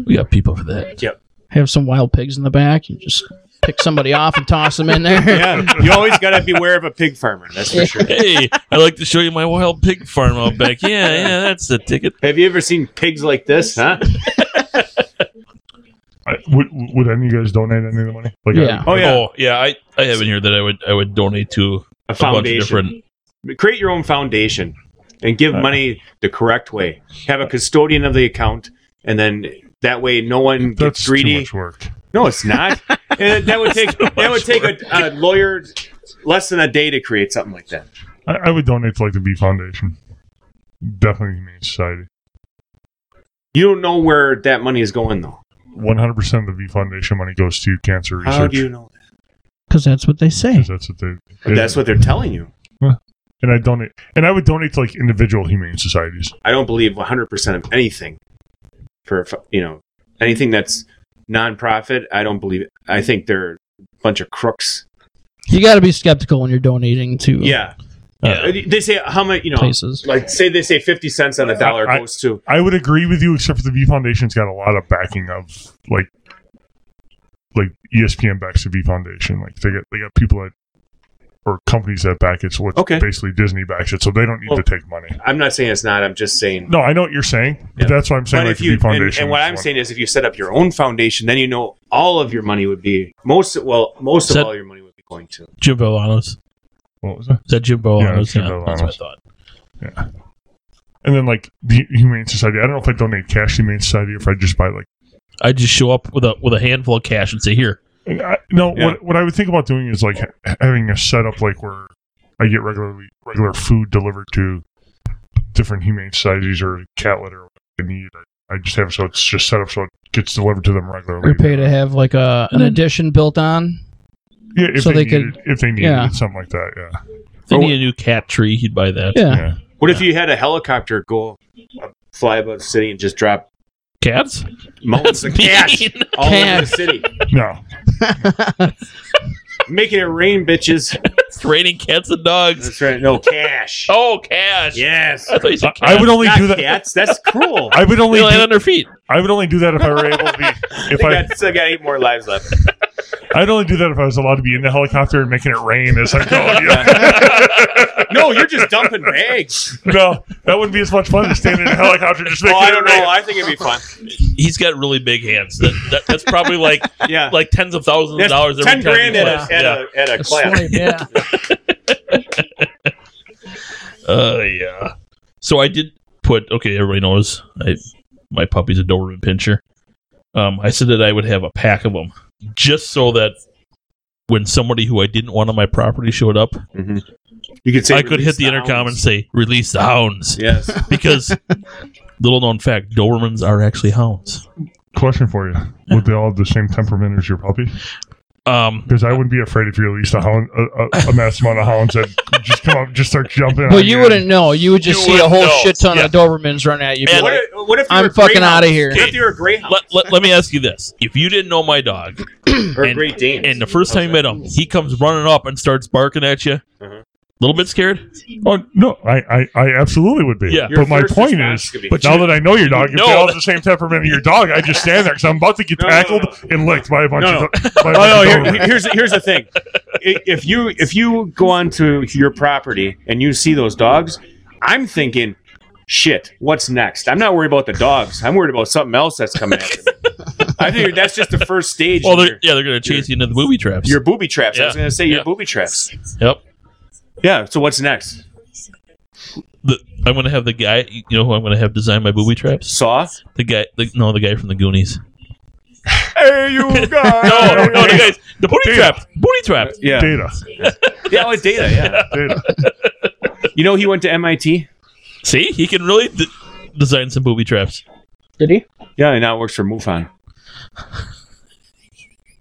S3: We got people for that.
S1: Have some wild pigs in the back. You just pick somebody off and toss them in there.
S4: Yeah, you always got to beware of a pig farmer. That's for sure.
S3: Hey, I like to show you my wild pig farm out back. Yeah, yeah, that's the ticket.
S4: Have you ever seen pigs like this? Huh?
S5: I, would, would any of you guys donate any of the money? Like, I-
S1: Yeah.
S4: Oh yeah,
S3: Oh yeah, I I have in here that I would I would donate to
S4: a
S3: a bunch of
S4: foundation.
S3: different.
S4: Create your own foundation and give money the correct way. Have a custodian of the account, and then that way no one
S5: that's
S4: gets
S5: too
S4: greedy.
S5: much work.
S4: No, it's not. and that would take that would take a, a lawyer less than a day to create something like that.
S5: I, I would donate to like the Bee Foundation. Definitely the Humane Society.
S4: You don't know where that money is going though.
S5: One hundred percent of the Bee Foundation money goes to cancer research.
S4: How do you know?
S1: Because that's what they say.
S5: 'cause that's what they.
S4: That? That's what they're telling you.
S5: And I donate, and I would donate to like individual humane societies.
S4: I don't believe 100% of anything for you know anything that's nonprofit. I don't believe it. I think they're a bunch of crooks.
S1: You got to be skeptical when you're donating to
S4: Yeah. Uh,
S3: Yeah.
S4: They say how much, you know,
S1: places.
S4: like say they say 50 cents on a dollar
S5: I-
S4: goes to
S5: I would agree with you, except for the Bee Foundation's got a lot of backing of like, like E ESPN backs the Bee Foundation. Like they got they got people that or companies that back it. So it's
S4: Okay.
S5: basically Disney backs it, so they don't need
S4: Well-
S5: to take money.
S4: I'm not saying it's not. I'm just saying
S5: No, I know what you're saying, but
S4: Yeah.
S5: that's what I'm saying.
S4: but
S5: like
S4: if
S5: the
S4: you
S5: Bee Foundation
S4: and, and what
S5: is
S4: I'm
S5: one-
S4: saying is if you set up your own foundation, then you know all of your money would be most well most
S3: Set-
S4: of all your money would be going to.
S3: Jim Valano's. Is
S5: what was that?
S3: that Jim Valano's?
S5: Jim
S3: that's what I
S5: Valano's.
S3: thought.
S5: And then like the Humane Society. I don't know if I donate cash to Humane Society or if I just buy like.
S3: I just show up with a with a handful of cash and say, "Here,
S5: I, no,
S4: Yeah.
S5: what what I would think about doing is like ha- having a setup like where I get regularly regular food delivered to different humane societies or cat litter or whatever I need. I, I just have so it's just set up so it gets delivered to them regularly.
S1: Or pay to have like a an addition built on.
S5: yeah, if
S1: so
S5: they,
S1: they could-
S5: need it, if they need
S1: yeah.
S5: it, something like that. Yeah,
S3: if they
S4: Or-
S3: need a new cat tree, he'd buy that
S1: Yeah.
S5: yeah.
S4: What if you had a helicopter go uh, fly above the city and just drop
S3: cats."
S4: mountains of cash
S3: mean.
S4: all over the
S1: Cash.
S4: city,
S5: No,
S4: making it rain, bitches.
S3: It's raining cats and dogs.
S4: That's right. No cash.
S3: Oh, cash!
S4: Yes.
S3: I thought you said
S5: I
S3: cats.
S5: would only
S4: Not
S5: do that.
S4: cats. That's cruel.
S5: I would only
S3: They land
S5: do,
S3: on their feet.
S5: I would only do that if I were able to be if
S4: They
S5: I
S4: got, still got eight more lives left.
S5: I'd only do that if I was allowed to be in the helicopter and making it rain as I'm going. Yeah.
S4: No, you're just dumping bags.
S5: no, that wouldn't be as much fun as standing in a helicopter just
S4: Oh,
S5: making
S4: I
S5: it
S4: don't
S5: rain.
S4: know. I think it'd be fun.
S3: He's got really big hands. That, that, that's probably like
S4: Yeah.
S3: like tens of thousands of
S4: That's
S3: dollars.
S4: ten
S3: Every time
S4: grand
S3: he
S4: at
S3: plays.
S4: a, at,
S3: yeah.
S4: a, at a clap.
S1: Slave, yeah.
S3: Uh, yeah. So I did put okay. Everybody knows I my puppy's a Doberman Pinscher. Um, I said that I would have a pack of them just so that when somebody who I didn't want on my property showed up,
S4: You could say
S3: I could
S4: release
S3: hit the, intercom
S4: hounds.
S3: and say, "Release the hounds,"
S4: Yes.
S3: because little known fact, Dobermans are actually hounds.
S5: Question for you: Would they all have the same temperament as your puppy?
S3: Um,
S5: Because I wouldn't be afraid if you released a hound, a, a, a mass amount of hounds that just come up, just start jumping. on
S1: But you
S5: and-
S1: wouldn't know. You would just
S3: You
S1: see a
S3: wouldn't
S1: whole
S3: know.
S1: shit ton
S3: Yeah.
S1: of Dobermans run at you. Be
S3: And-
S4: What
S1: like,
S4: if, what if you
S1: I'm
S4: were a
S1: fucking
S4: greyhound?
S1: outta here.
S4: What if you were a greyhound
S3: let, let, let me ask you this: If you didn't know my dog,
S4: or a
S3: and-
S4: great dane?
S3: and the first time you met him, he comes running up and starts barking at you, a
S4: Mhm.
S3: little bit scared.
S5: Oh no, I, I, I absolutely would be.
S3: Yeah.
S4: Your
S5: but my
S4: first
S5: point
S4: response
S5: is,
S4: could be-
S5: but now that I know your dog, if
S3: know
S5: they all
S3: that-
S5: have the same temperament of your dog, I just stand there because I'm about to get
S4: No, no,
S5: tackled
S4: no,
S5: and licked by a bunch
S4: No,
S5: of. By a bunch
S4: Oh no!
S5: of
S4: Here,
S5: Dobermans.
S4: here's here's the thing. I- If you if you go onto your property and you see those dogs, I'm thinking, shit, what's next? I'm not worried about the dogs. I'm worried about something else that's coming after me. I figured that's just the first stage.
S3: Well,
S4: in
S3: they're,
S4: your,
S3: yeah, they're gonna chase you into the booby traps.
S4: your booby traps. I was
S3: Yeah.
S4: gonna say
S3: Yeah.
S4: your booby traps.
S3: Yep.
S4: Yeah. So what's next?
S3: The, I'm gonna have the guy. You know who I'm gonna have design my booby traps?
S4: Saw.
S3: The guy. The, no, the guy from the Goonies.
S4: Hey, you guys.
S3: No, no, the guys. The booty
S5: Data.
S3: traps. Booty traps.
S4: Yeah.
S5: Data,
S4: Yeah. Oh, it's data. Yeah.
S5: data.
S4: You know he went to MIT.
S3: See, he can really d- design some booby traps.
S1: Did he?
S4: Yeah, and now works for MUFON.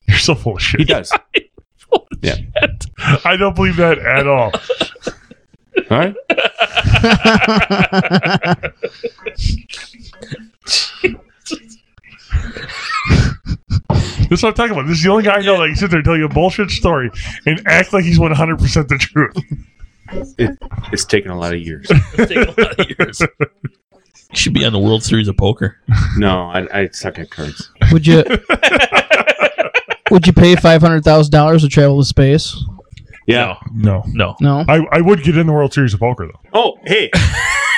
S5: You're so full of
S4: He
S5: shit.
S4: does.
S5: I don't believe that at all.
S4: All right.
S5: This is what I'm talking about. This is the only guy I know that can sit there and tell you a bullshit story and act like he's 100% the truth.
S4: It's taken a lot of years.
S3: It's taken a lot of years. You should be on the World Series of Poker.
S4: No, I, I suck at cards.
S1: Would you? would you pay five hundred thousand dollars to travel to space?
S4: Yeah.
S5: No.
S3: No.
S1: No.
S5: I, I would get in the World Series of Poker, though.
S4: Oh, hey,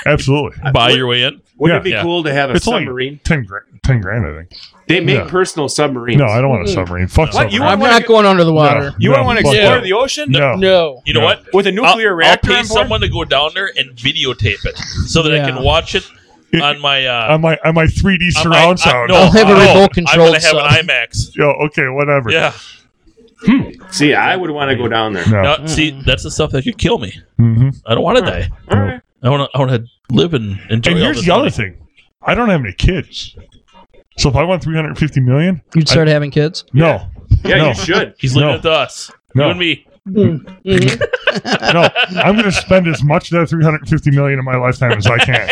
S5: Absolutely.
S3: Buy your way in.
S4: wouldn't it be
S3: Yeah.
S4: cool to have a
S5: It's only-
S4: submarine?
S5: 10, gra- 10 grand, I think.
S4: They make
S5: Yeah.
S4: personal submarines.
S5: No, I don't want a submarine. Fuck
S4: What? You
S5: submarine.
S1: I'm
S4: wanna
S1: not
S4: go-
S1: going under the
S5: No.
S1: water.
S4: You
S5: No,
S4: want to
S5: fuck
S4: explore
S5: that.
S4: the ocean
S5: No.
S1: No.
S3: You know
S5: No.
S3: what?
S4: with a nuclear
S3: I'll,
S4: reactor?
S3: I'll pay
S4: on board?
S3: someone to go down there and videotape it so that
S1: Yeah.
S3: I can watch it on my. Uh,
S5: On my, on my 3D
S3: on
S5: surround
S3: my- I,
S5: sound.
S3: no,
S1: I'll have a
S3: no,
S1: remote
S3: I'm
S1: controlled
S3: gonna have
S1: sub.
S3: an IMAX.
S5: Yo, okay, whatever.
S3: Yeah.
S4: See, I would want to go down there.
S5: No.
S3: No, see, that's the stuff that could kill me.
S5: hmm
S3: I don't want to die.
S4: All right.
S3: I want to. I want to live and enjoy.
S5: And
S3: all
S5: here's
S3: this
S5: the other
S3: money.
S5: thing I don't have any kids. So if I want 350 million,
S1: You'd start having kids.
S5: no.
S4: Yeah,
S5: No.
S4: you should.
S3: He's living
S5: No.
S3: with us.
S5: No.
S3: You and me.
S1: Mm-hmm.
S5: No, I'm going to spend as much of that 350 million in my lifetime as I can.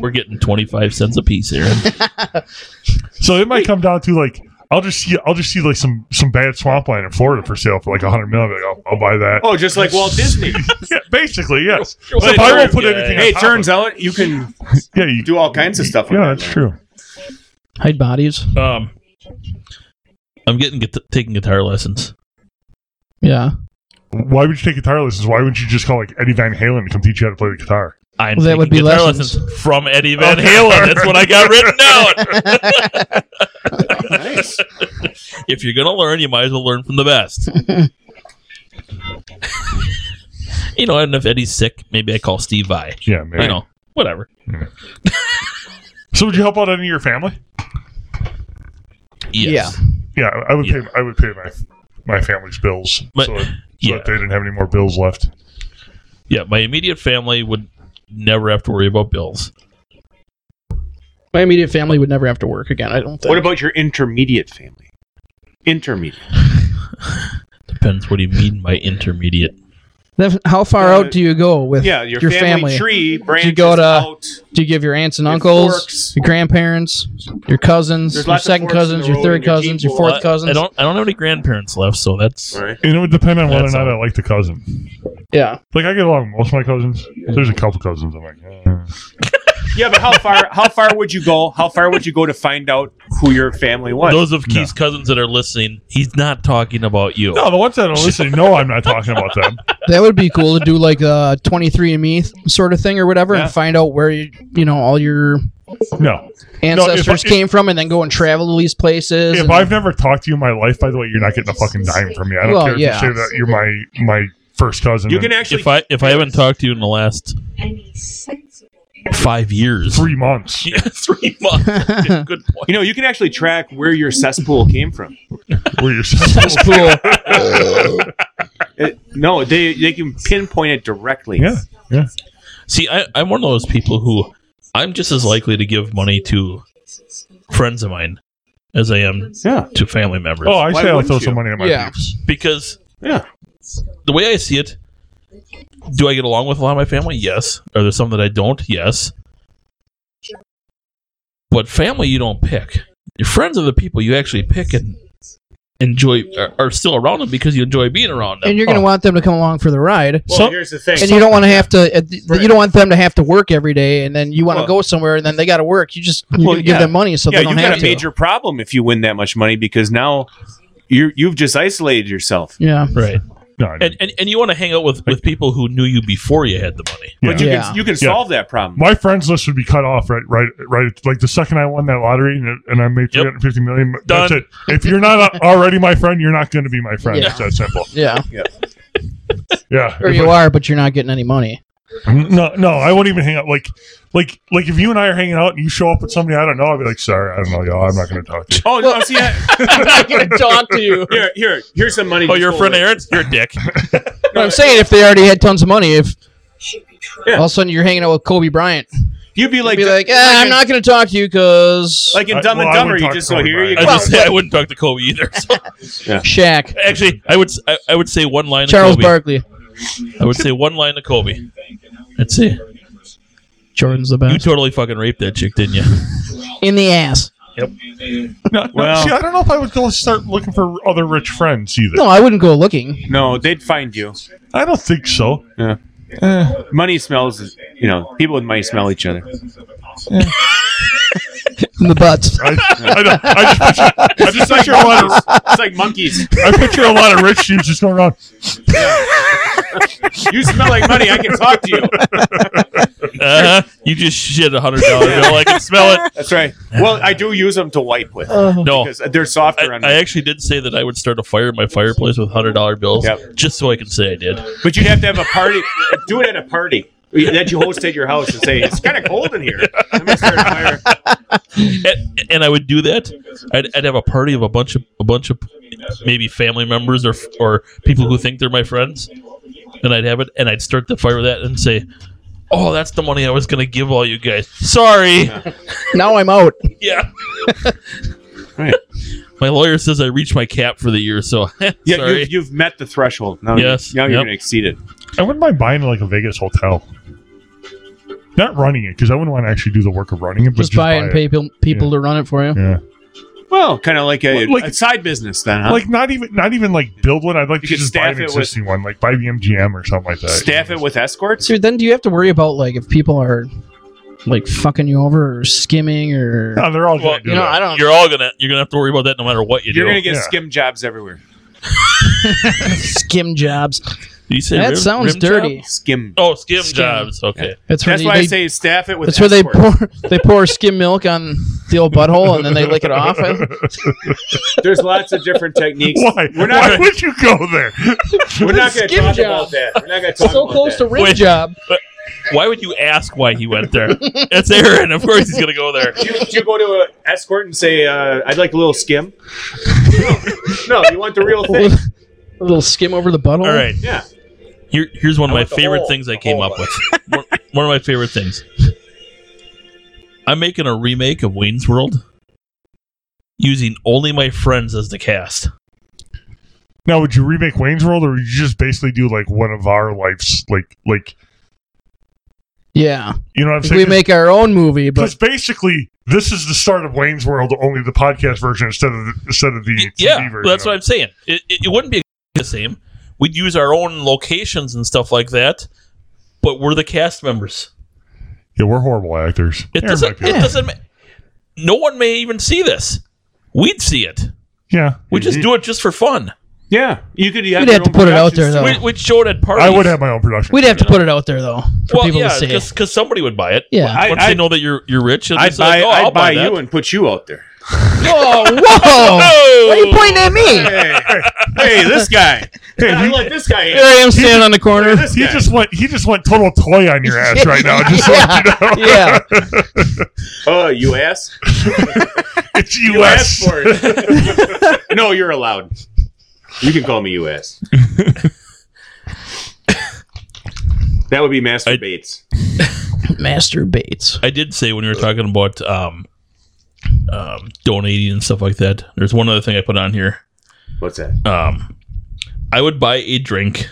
S3: We're getting twenty five cents a piece here.
S5: So it might come down to like I'll just see I'll just see like some some bad swampland in Florida for sale for like a hundred million. Like, I'll, I'll buy that.
S4: Oh, just like Walt Disney.
S5: yeah, basically yes.
S3: Well,
S5: So if
S3: it
S5: I won't
S3: turns-
S5: put
S3: yeah,
S5: anything.
S3: yeah.
S5: on
S4: hey, it
S5: top
S4: turns
S5: of
S4: out you can
S5: it- Yeah, you,
S4: do all kinds of stuff. on
S5: yeah,
S4: that
S5: that's
S4: now.
S5: true.
S1: Hide bodies.
S3: Um, I'm getting guit- taking guitar lessons.
S1: Yeah.
S5: Why would you take guitar lessons? Why wouldn't you just call like Eddie Van Halen to come teach you how to play the guitar?
S3: I'm
S1: Well, that
S3: taking
S1: would be
S3: guitar
S1: lessons.
S3: from Eddie Van
S5: Okay.
S3: Halen. That's what I got written down.
S4: Nice.
S3: if you're gonna learn, you might as well learn from the best. you know, and if Eddie's sick, maybe I call Steve Vai.
S5: Yeah, maybe.
S3: You know, whatever.
S5: So would you help out any of your family?
S3: Yes.
S1: Yeah.
S5: Yeah, I would
S3: Yeah.
S5: pay. I would pay my my family's bills
S3: But-
S5: so, that, so
S3: yeah.
S5: that they didn't have any more bills left.
S3: Yeah, my immediate family would never have to worry about bills.
S1: My immediate family would never have to work again. I don't think.
S4: What about your intermediate family? Intermediate.
S3: Depends what do you mean by intermediate.
S1: Then How far
S4: Uh,
S1: out do you go with?
S4: Yeah, your,
S1: Your
S4: family,
S1: family.
S4: tree branches
S1: You go to-
S4: out.
S1: Do you give your aunts and
S4: Your
S1: uncles,
S4: forks.
S1: your grandparents, your cousins,
S4: There's
S1: your
S4: lots of
S1: second
S4: forks in
S1: cousins,
S4: the
S1: your
S4: road
S1: third
S4: and your
S1: cousins, your
S4: people.
S1: fourth
S3: Well, I-
S1: cousins?
S3: I don't. I don't have any grandparents left, so that's
S4: All right.
S5: And it would depend on whether
S3: That's uh,
S5: or not
S3: all.
S5: I like the cousin.
S1: yeah.
S5: Like I get along with most of my cousins. There's a couple cousins I'm like, eh.
S4: Yeah, but how far? How far would you go? How far would you go to find out who your family was?
S3: those of Keith's cousins that are listening. He's not talking about you.
S5: No, the ones that are listening know I'm not talking about them.
S1: That would be cool to do like a 23andMe th- sort of thing or whatever
S4: Yeah.
S1: and find out where you, you know, all your
S5: No.
S1: ancestors
S5: if I-
S1: came from and then go and travel to these places.
S5: If
S1: and-
S5: I've never talked to you in my life, by the way, you're not getting a fucking dime from me. I don't
S1: Well,
S5: care if
S1: yeah.
S5: you say that you're my my first cousin.
S4: you
S5: in
S4: can actually.
S3: If I if I haven't talked to you in the last
S6: Any sensible
S3: five years,
S5: three months.
S3: yeah, three months. Good point.
S4: you know, you can actually track where your cesspool came from.
S5: Where you're
S1: That's cool.
S4: It- Uh, no, they they can pinpoint it directly.
S5: Yeah. Yeah.
S3: See, I, I'm one of those people who I'm just as likely to give money to friends of mine as I am
S4: Yeah.
S3: to family members.
S5: Oh, I
S4: Why
S5: say I'll
S4: wouldn't
S5: throw
S4: you?
S5: some money at my
S1: Yeah.
S5: peeps.
S3: because
S4: Yeah.
S3: the way I see it, do I get along with a lot of my family? Yes. Are there some that I don't? Yes. But family, you don't pick. Your friends are the people you actually pick and enjoy are, are still around them because you enjoy being around them.
S1: and you're going to want them to come along for the ride.
S4: Well,
S5: So-
S4: here's the thing.
S1: and you don't want to have to. at the-
S4: Right.
S1: You don't want them to have to work every day, and then you want to
S4: Well-
S1: go somewhere, and then they got to work. You just you
S4: Well,
S1: give
S4: yeah.
S1: them money so
S4: yeah,
S1: they don't
S4: you
S1: have
S4: got a
S1: to.
S4: major problem if you win that much money because now you you've just isolated yourself.
S1: yeah,
S3: right.
S5: No, I
S3: And,
S5: didn't.
S3: and and you want to hang out with, with people who knew you before you had the money.
S5: Yeah.
S4: But you
S1: Yeah.
S4: can you can
S5: Yeah.
S4: solve that problem.
S5: my friends list would be cut off right, right, right. Like the second I won that lottery and, and I made three
S3: Yep.
S5: hundred fifty million, that's
S3: Done.
S5: it. If you're not already my friend, you're not going to be my friend.
S1: Yeah.
S5: It's that simple.
S1: yeah.
S5: Yeah.
S1: Or you are, but you're not getting any money.
S5: No, no, I won't even hang out. Like, like, like, if you and I are hanging out and you show up with somebody I don't know, I'll be like, sorry, I don't know, y'all. I'm not going to talk to you.
S4: Oh no, see, I,
S1: I'm not going to talk to you.
S4: here here here's some money.
S3: Oh,
S4: just
S3: you're a
S4: go
S3: friend of
S4: away.
S3: Aaron's? You're a dick.
S1: But I'm saying if they already had tons of money, if
S6: should be tried.
S4: Yeah.
S1: all of a sudden you're hanging out with Kobe Bryant,
S4: You'd be like
S1: be like, "Ah, I'm
S4: in-
S1: not going to talk to you because
S4: like in
S5: I-
S4: Dumb
S5: well, I
S4: and Dumber.
S5: wouldn't
S4: You
S5: talk
S4: just
S5: to
S4: go
S5: Kobe
S4: here. You
S3: I
S4: go.
S1: Well,
S3: just say I wouldn't talk to Kobe either. So,
S1: Shaq,
S3: actually, I would s- I, I would say one line
S1: Charles
S3: to Kobe.
S1: Barkley,
S3: I would say one line to Kobe. I'd say
S1: Jordan's the
S3: you
S1: best
S3: totally fucking raped that chick, didn't you?
S1: in the ass."
S5: No, no,
S4: Well-
S5: see, I don't know if I would go start looking for other rich friends either.
S1: No, I wouldn't go looking.
S4: No, they'd find you.
S5: I don't think so.
S4: Yeah.
S5: Eh,
S4: Money smells, you know, people with money smell each other.
S1: In the butts.
S5: I, I, don't- I just picture, I just picture a lot of,
S4: It's like monkeys.
S5: I picture a lot of rich dudes just going around.
S4: You smell like money. I can talk to you.
S3: Uh, you just shit a hundred dollar bill. I can smell it.
S4: That's right. Well, I do use them to wipe with
S3: No,
S4: because they're softer
S3: I,
S4: on.
S3: I actually did say that I would start a fire in my fireplace with hundred dollar bills,
S4: Yep.
S3: just so I could say I did.
S4: but you'd have to have a party. Do it at a party that you host at your house and say it's kind of cold in here. Let me start a fire.
S3: And, and I would do that. I'd, I'd have a party of a bunch of a bunch of maybe family members or or people who think they're my friends, and I'd have it, and I'd start the fire with that and say. Oh, that's the money I was gonna give all you guys. Sorry.
S1: Now I'm out.
S3: Yeah.
S4: Right.
S3: My lawyer says I reached my cap for the year, so
S4: Yeah,
S3: sorry.
S4: You've, you've met the threshold. Now,
S3: Yes.
S4: Now you're
S3: Yep.
S4: going to exceed it.
S5: I wouldn't mind buying like a Vegas hotel. Not running it because I wouldn't want to actually do the work of running it, but
S1: Just
S5: just,
S1: buy it and
S5: buy
S1: pay people, people to run it for you.
S5: Yeah.
S4: Well, kind of like a,
S5: Like-
S4: a side business then, huh?
S5: Like not even not even like build one. I'd like
S4: You
S5: to
S4: could
S5: just buy
S4: staff
S5: an
S4: it with-
S5: existing one, like buy the MGM or something like that.
S4: Staff it with escorts.
S1: So then do you have to worry about like if people are like fucking you over or skimming or
S5: No, they're all
S3: Well,
S5: gonna do
S1: you know,
S5: that.
S1: I don't
S3: You're all gonna you're gonna have to worry about that no matter what you
S4: You're
S3: do.
S4: going to get
S5: Yeah.
S4: skim jobs everywhere.
S1: skim jobs.
S3: Did you say
S1: That
S3: rim-
S1: sounds
S3: rim
S1: dirty.
S3: job?
S4: Skim.
S3: Oh, skim,
S1: Skim.
S3: jobs. Okay.
S1: That's where
S4: That's
S1: they,
S4: why I
S1: they-
S4: say staff it with.
S1: that's where they
S4: escorts.
S1: pour they pour skim milk on the old butthole and then they lick it off.
S4: There's lots of different techniques.
S5: Why?
S4: We're
S5: Why
S4: not.
S5: would you go there?
S4: We're not going to
S1: Skim
S4: talk
S1: job.
S4: about that. We're not going to talk
S1: so
S4: about
S1: close
S4: that.
S1: to rim
S3: Wait.
S1: job.
S3: Why would you ask why he went there? it's Aaron. Of course he's gonna go there.
S4: Do you, do you go to an escort and say, uh, "I'd like a little skim"? no, you want the real
S1: A
S4: thing.
S1: little, a little skim over the butthole.
S3: All right.
S4: Yeah.
S3: Here, here's one of my
S4: want the
S3: favorite
S4: whole-
S3: things I
S4: the
S3: came
S4: whole
S3: up with. one, one of my favorite things. I'm making a remake of Wayne's World using only my friends as the cast.
S5: now, would you remake Wayne's World, or would you just basically do like one of our lives, like like
S1: Yeah.
S5: you know what I'm
S1: we
S5: saying?
S1: make our own movie,
S5: Because
S1: but
S5: basically, this is the start of Wayne's World, only the podcast version instead of the, instead of the TV
S3: yeah,
S5: version.
S3: well, that's what
S5: of
S3: I'm saying. It, it, it wouldn't be the same. We'd use our own locations and stuff like that, but we're the cast members.
S5: it. Yeah, we're horrible actors.
S3: It
S5: Aaron
S3: doesn't.
S5: might be-
S3: It doesn't. ma- No one may even see this. We'd see it.
S5: yeah,
S3: We just do it just for fun.
S4: Yeah, you could.
S1: You'd
S4: your
S1: have to
S4: own
S1: put it out
S4: productions
S1: there,
S4: too.
S1: though.
S3: We, we'd show it at parties.
S5: I would have my own production.
S1: we'd have to put it out there though for
S3: well,
S1: people
S3: yeah,
S1: to see.
S3: because somebody would buy it.
S1: Yeah.
S3: Once
S4: I-
S3: they
S4: I'd-
S3: know that you're you're rich, and
S4: I'd
S3: it's like,
S4: buy.
S3: oh,
S4: I'd
S3: I'll
S4: buy,
S3: buy, that.
S4: you and put you out there.
S1: Whoa, whoa! Why are you pointing at me?
S4: Hey, hey, this guy. Hey, I
S5: he-
S4: like this guy.
S1: Here
S4: is.
S1: I am standing on the corner.
S4: This
S5: He
S4: guy.
S5: just went. He just went total toy on your ass right now. Just so
S1: Yeah.
S5: you know,
S1: Yeah.
S4: Oh, you ass.
S5: it's
S4: You asked
S5: U.S.
S4: for it. no, you're allowed. You can call me you ass. that would be masturbates.
S1: Masturbates.
S3: I did say when we were talking about um, um, donating and stuff like that. There's one other thing I put on here.
S4: What's that?
S3: Um, I would buy a drink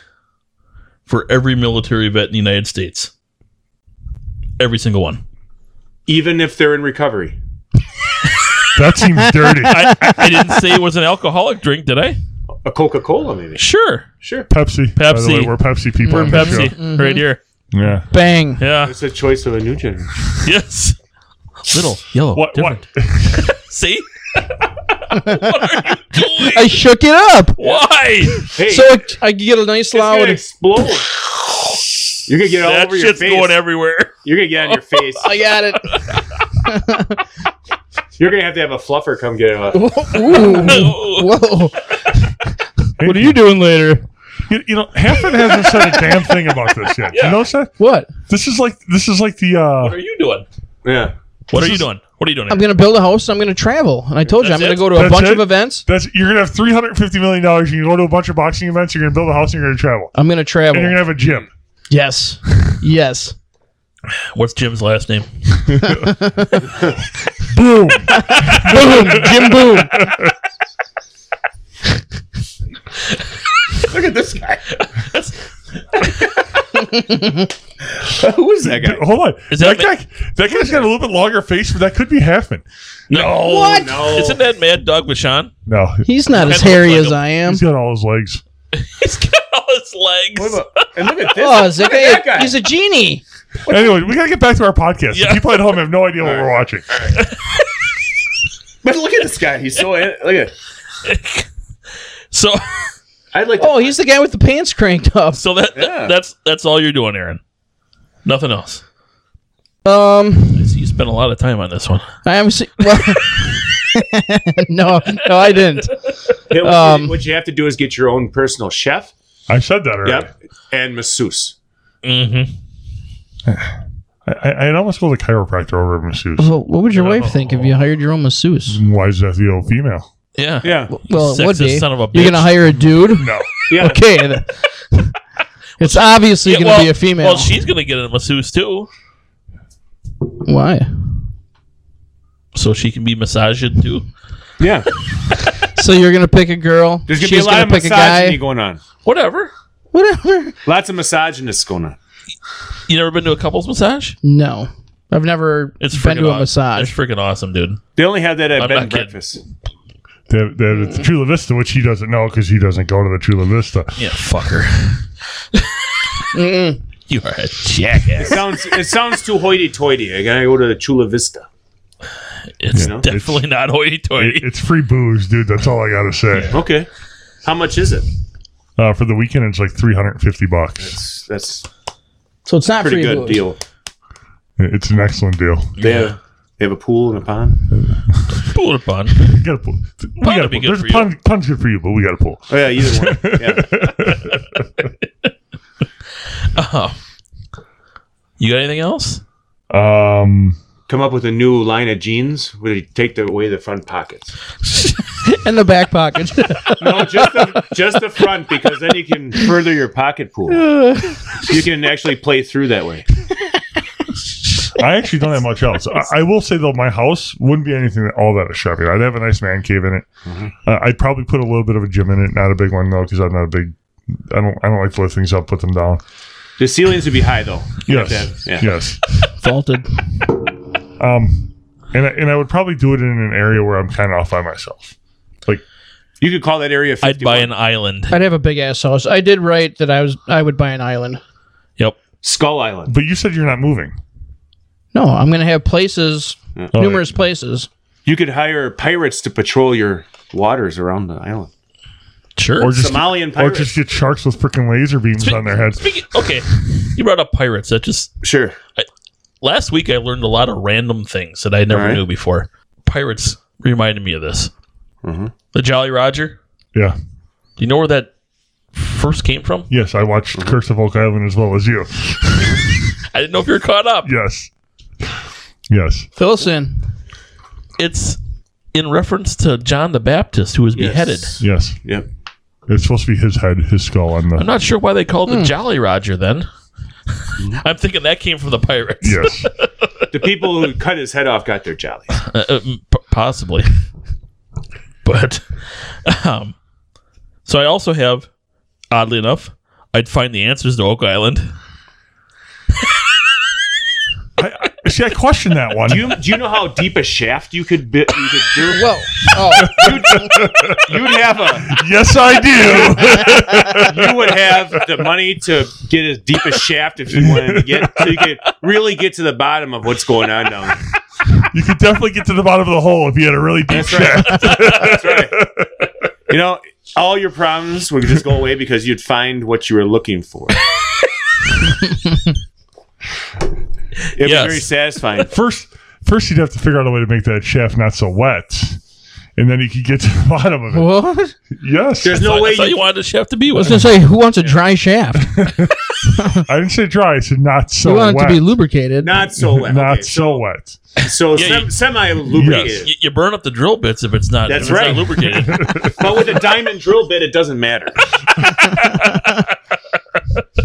S3: for every military vet in the United States. Every single one.
S4: Even if they're in recovery.
S5: That seems dirty.
S3: I, I, I didn't say it was an alcoholic drink, did I?
S4: A Coca Cola, maybe.
S3: Sure.
S4: Sure.
S5: Pepsi. By the
S3: Pepsi.
S5: way, we're Pepsi people.
S3: We're
S5: on this
S3: Pepsi
S1: Mm-hmm.
S5: show.
S3: right here.
S5: Yeah.
S1: Bang.
S3: Yeah.
S4: It's a choice of a new generation.
S3: Yes. Little yellow.
S5: What?
S3: different.
S5: What?
S3: See? what are you doing?
S1: I shook it up.
S3: Why?
S4: Hey,
S1: So I, I get a nice
S4: it's gonna
S1: loud.
S4: explode. You're gonna get all
S3: That
S4: over your
S3: shit's
S4: face.
S3: going everywhere.
S4: You're gonna get on your face.
S1: I got it.
S4: You're gonna have to have a fluffer come get it. off.
S1: Ooh. Whoa. What are you doing later?
S5: You, you know, Hanford hasn't said a damn thing about this yet. You know that?
S1: What?
S5: This is like this is like the
S3: What are
S5: uh
S3: you doing?
S4: Yeah.
S3: What are
S5: This
S3: you
S5: is-
S3: doing? What are you doing?
S1: I'm
S3: here?
S1: gonna build a house. I'm gonna travel, and I told you
S3: That's
S1: I'm gonna
S3: it?
S1: go to a
S5: That's
S1: bunch
S5: it?
S1: of events.
S5: that's you're gonna have three hundred and fifty million dollars, you can go to a bunch of boxing events, you're gonna build a house and you're gonna travel.
S1: I'm gonna
S5: And you're
S1: travel.
S5: gonna have a gym.
S1: Yes. Yes.
S3: What's Jim's last name?
S5: Boom.
S1: boom. Jim Boom.
S4: Look at this guy. Who is that guy?
S5: Hold on.
S3: Is
S5: that,
S3: that
S5: guy, that guy's got a little bit longer face, but that could be Halfman.
S3: No,
S4: What? no.
S3: Isn't that Mad Dog Bashan?
S5: No,
S1: He's not as
S3: That looks
S1: hairy
S3: like
S1: as
S3: a-
S1: I am.
S5: he's got all his legs.
S3: He's got all his legs.
S4: What about- and look at this.
S1: Oh,
S4: look
S1: Zeke,
S4: at that guy.
S1: he's a genie.
S5: Anyway, we got to get back to our podcast. The
S3: Yeah.
S5: People at home have no idea what we're watching.
S4: but look at this guy. He's so. Look at.
S3: So,
S4: I'd like. To,
S1: Oh, he's the guy with the pants cranked up.
S3: so that, that-
S4: Yeah.
S3: that's that's all you're doing, Aaron. Nothing else.
S1: Um,
S3: I see you spent a lot of time on this one.
S1: I haven't seen. Well, no, no, I didn't.
S4: Yeah, what,
S1: um,
S4: you, what you have to do is get your own personal chef.
S5: I said that already.
S4: Yep. And masseuse.
S3: Mm-hmm.
S5: I, I- I'd almost go to chiropractor over a masseuse.
S1: Well, what would your wife think if you hired your own masseuse?
S5: Why is that the old female?
S3: Yeah.
S4: Yeah.
S1: Well, it would
S3: Sexist
S1: be.
S3: son of a
S1: You're gonna
S3: bitch.
S1: hire a dude?
S5: No.
S4: Yeah.
S1: Okay. th- It's obviously
S3: Yeah,
S1: gonna
S3: well-
S1: be a female.
S3: Well, she's gonna get a masseuse too,
S1: Why?
S3: so she can be massaged too.
S4: Yeah.
S1: So you're gonna pick a girl?
S4: There's gonna
S1: she's
S4: be a lot of
S1: pick a guy.
S4: misogyny going on.
S3: Whatever.
S1: Whatever.
S4: Lots of misogynists going on.
S3: You never been to a couples massage?
S1: No, I've never
S3: It's
S1: been
S3: freaking
S1: to a
S3: awesome. It's
S1: massage.
S3: freaking awesome, dude.
S4: They only have that at
S3: I'm
S4: bed
S3: not
S4: and
S3: kidding.
S4: breakfast.
S5: The, the,
S3: Mm.
S5: the Chula Vista, which he doesn't know because he doesn't go to the Chula Vista.
S3: Yeah, fucker.
S1: Mm-mm.
S3: You are a jackass.
S4: It sounds it sounds too hoity-toity. I gotta go to Chula Vista.
S3: It's
S4: know?
S3: definitely not
S5: It-
S3: hoity-toity.
S5: it's free booze, dude. That's all I gotta say.
S4: Okay. How much is it?
S5: Uh, for the weekend, it's like three hundred and fifty
S4: That's
S5: bucks.
S4: that's
S1: So it's not
S4: pretty
S1: free
S4: good
S1: booze.
S4: deal.
S5: It's an excellent deal.
S4: They have they have a pool and a pond.
S3: Pull it upon.
S5: We got a pool. We
S3: Pond
S5: got a
S3: would be
S5: pool.
S3: good
S5: There's
S3: for
S5: a
S3: you.
S5: pond, pond's good for you, but we got a pool.
S4: Oh yeah, either one. Yeah.
S3: Oh. You got anything else?
S5: Um,
S4: Come up with a new line of jeans where you take the, away the front pockets.
S1: In the back pocket.
S4: No, just the, just the front because then you can further your pocket pool. You can actually play through that way.
S5: I actually don't have much else. I, I will say though, my house wouldn't be anything that, all that shabby. I'd have a nice man cave in it.
S3: Mm-hmm.
S5: Uh, I'd probably put a little bit of a gym in it, not a big one though, because I'm not a big. I don't. I don't like to lift things up, put them down.
S4: The ceilings would be high though.
S5: Yes.
S4: Yeah.
S5: Yes.
S1: Faulted.
S5: Um, and I, and I would probably do it in an area where I'm kind of off by myself.
S4: You could call that area. 51.
S3: I'd buy an island.
S1: I'd have a big ass house. I did write that I was I would buy an island.
S3: Yep.
S4: Skull Island.
S5: But you said you're not moving.
S1: No, I'm gonna have places,
S5: Oh,
S1: numerous places.
S4: You could hire pirates to patrol your waters around the island.
S3: Sure.
S5: Or just
S4: Somalian
S5: or
S4: pirates.
S5: just get sharks with freaking laser beams
S3: Spe-
S5: on their heads.
S3: Speaking, okay. You brought up pirates. That just
S4: sure.
S3: last week I learned a lot of random things that I never
S4: Alright.
S3: knew before. Pirates reminded me of this.
S4: Mhm.
S3: The Jolly Roger.
S5: Yeah.
S3: Do you know where that first came from?
S5: Yes, I watched
S4: Mm-hmm.
S5: Curse of Oak Island as well as you.
S3: I didn't know if you were caught up.
S5: Yes. Yes.
S1: Fill us in.
S3: It's in reference to John the Baptist who was
S4: Yes.
S3: beheaded.
S5: Yes.
S4: Yep.
S5: It's supposed to be his head, his skull on
S3: I'm
S5: the.
S3: not sure why they called
S4: Hmm.
S3: it Jolly Roger then.
S4: Mm-hmm.
S3: I'm thinking that came from the pirates.
S5: Yes.
S4: The people who cut his head off got their jollies.
S3: Uh, uh, p- possibly. but um, so I also have, oddly enough, I'd find the answers to Oak Island.
S5: I, I, see, I question that one.
S4: Do you do you know how deep a shaft you could bi- you could do?
S1: Whoa. Oh,
S4: You'd have a
S5: yes, I do.
S4: you would have the money to get as deep a shaft if you wanted to get so you could really get to the bottom of what's going on down there.
S5: you could definitely get to the bottom of the hole if you had a really deep
S4: That's right.
S5: shaft.
S4: That's right. You know, all your problems would just go away because you'd find what you were looking for. It was
S3: Yes.
S4: very satisfying.
S5: First, first you'd have to figure out a way to make that shaft not so wet, and then you could get to the bottom of it.
S1: what? I
S5: yes.
S4: There's no
S3: I
S4: way
S3: thought you,
S4: you,
S3: wanted the chef to be
S1: was
S3: with.
S1: gonna say, who wants a dry shaft?
S5: I didn't say dry. I said not so
S1: we want it
S5: wet.
S1: to be lubricated.
S4: not so wet.
S5: Not
S4: Okay,
S5: so wet.
S4: so
S3: Yeah, you-
S4: semi lubricated,
S3: You, you burn up the drill bits if it's not.
S4: That's
S3: if it's not
S4: right.
S3: lubricated.
S4: but with a diamond drill bit, it doesn't matter.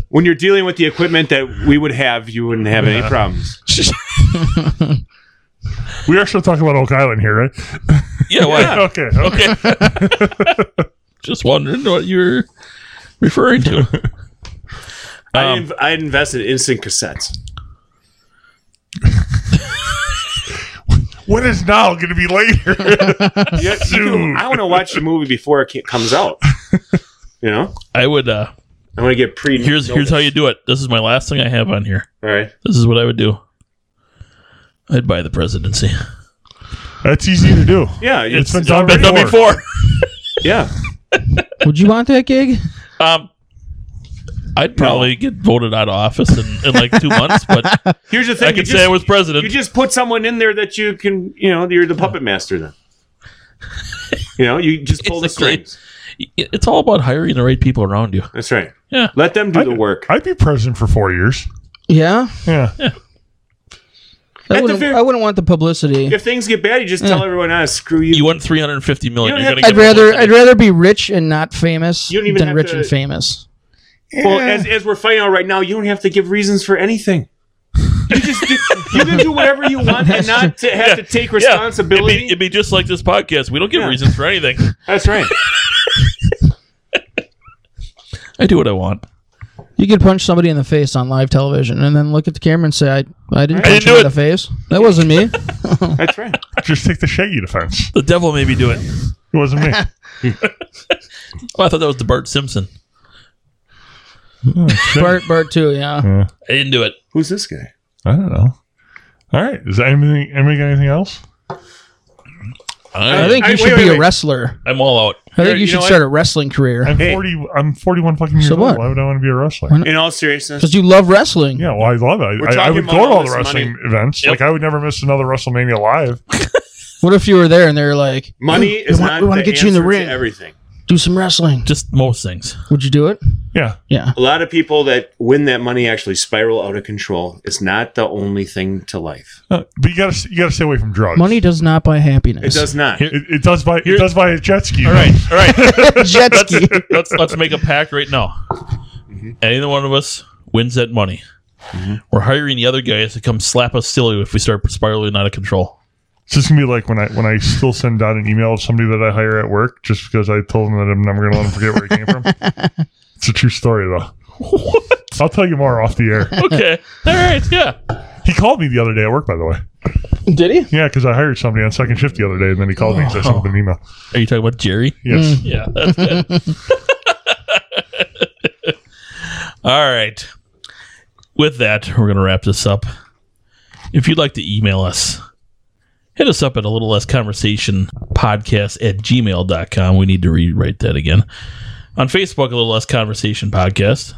S4: when you're dealing with the equipment that we would have, you wouldn't have any problems.
S5: We are still talking about Oak Island here, right?
S3: yeah. Why?
S4: Yeah.
S5: Okay. okay.
S3: Okay. Just wondering what you're referring to.
S4: I,
S3: Um,
S4: inv- I invested in instant cassettes.
S5: When is now going to be later?
S4: Yeah, you
S5: Dude.
S4: can- I want to watch the movie before it ca- comes out. You know,
S3: I would. uh
S4: I want to get pre.
S3: Here's here's how you do it. This is my last thing I have on here.
S4: All right.
S3: This is what I would do. I'd buy the presidency.
S5: That's easy to do.
S4: Yeah, it's,
S5: It's been
S4: it's
S5: done
S4: already-
S3: Been done before.
S4: Yeah,
S1: Would you want that gig?
S3: Um, I'd probably get voted out of office in, in like two months, but
S4: here's the thing.
S3: I
S4: you
S3: could
S4: just-
S3: say I was
S4: You
S3: president.
S4: just put someone in there that you can, you know, you're the puppet master then. You know, you just pull the
S3: Basically.
S4: strings.
S3: It- it's all about hiring the right people around you.
S4: That's right.
S3: Yeah.
S4: Let them do
S5: I-
S4: the work.
S5: I'd be president for four years.
S1: Yeah.
S5: Yeah.
S1: I
S4: At the
S1: wouldn't,
S4: ver-
S1: I wouldn't want the publicity.
S4: if things get bad, you just tell everyone, "Ah, screw you."
S3: You won 350 million.
S4: You
S3: You're
S4: don't
S3: gonna get
S4: have-
S1: I'd rather
S3: publicity.
S1: I'd rather be rich and not famous
S4: You don't even
S1: than
S4: have
S1: rich
S4: to-
S1: and famous.
S4: well, as, as we're fighting out right now, you don't have to give reasons for anything. You just do, you can do whatever you want and not to have to take
S3: Yeah.
S4: responsibility.
S3: It'd be, it'd be just like this podcast. We don't give
S4: Yeah.
S3: reasons for anything.
S4: That's right.
S3: I do what I want.
S1: You could punch somebody in the face on live television and then look at the camera and say, "I, I didn't punch
S3: didn't
S1: him
S3: do
S1: in
S3: it.
S1: the face. That wasn't me."
S4: That's right.
S5: Just take the Shaggy defense.
S3: The devil made me do it.
S5: It wasn't me.
S3: Oh, I thought that was the Bart Simpson.
S1: Bart Bart too. Yeah.
S5: Yeah.
S3: I didn't do it.
S4: Who's this guy?
S5: I don't know. All right. Is there anything? Anybody got anything else?
S1: I
S3: I,
S1: think
S4: I-
S1: you
S4: wait,
S1: should
S4: wait,
S1: be a
S4: wait.
S1: wrestler.
S3: I'm all out.
S1: I
S4: Here,
S1: think you,
S4: you know
S1: should
S4: what?
S1: start a wrestling career
S5: I'm
S4: Hey.
S5: forty. I'm forty-one fucking years
S1: So what?
S5: old. Why would I want to be a wrestler?
S1: Why not?
S4: In all seriousness,
S1: because you love wrestling.
S5: Yeah, well, I love
S4: We're
S5: it. I, I
S4: talking
S5: would
S4: about
S5: go to
S4: all
S5: all the
S4: this
S5: wrestling
S4: money.
S5: events.
S3: Yep.
S5: Like I would never miss another WrestleMania live.
S1: What if you were there and they're like,
S4: money
S1: "Ooh,
S4: is
S1: we want,
S4: not
S1: we want
S4: the
S1: to get you in the
S4: answer to
S1: ring,
S4: Everything.
S1: do some wrestling."
S3: Just most things.
S1: Would you do it?
S5: Yeah,
S1: Yeah.
S4: A lot of people that win that money actually spiral out of control. It's not the only thing to life.
S5: Uh, but you gotta you gotta stay away from drugs.
S1: Money does not buy
S4: It
S1: happiness.
S4: does not.
S5: It, it does buy it does buy a jet ski.
S3: All right. All right.
S1: Jet ski.
S3: let's let's make a pact right now. Any one of us wins that money. We're hiring the other guys to come slap us silly if we start spiraling out of control.
S5: It's just gonna be like when I when I still send out an email of somebody that I hire at work just because I told them that I'm never gonna let them forget where it came from. it's a true story though. I'll tell you more off the air.
S3: Okay. All right. Yeah.
S5: He called me the other day at work, by the way.
S1: Did he?
S5: Yeah, because I hired somebody on second shift the other day, and then he called me because I sent him an email.
S3: Are you talking about Jerry?
S5: Yes.
S3: Yeah. That's good. All right. With that, we're going to wrap this up. If you'd like to email us, hit us up at a little less conversation podcast at gmail.com. We need to rewrite that again. On Facebook, a little less conversation podcast.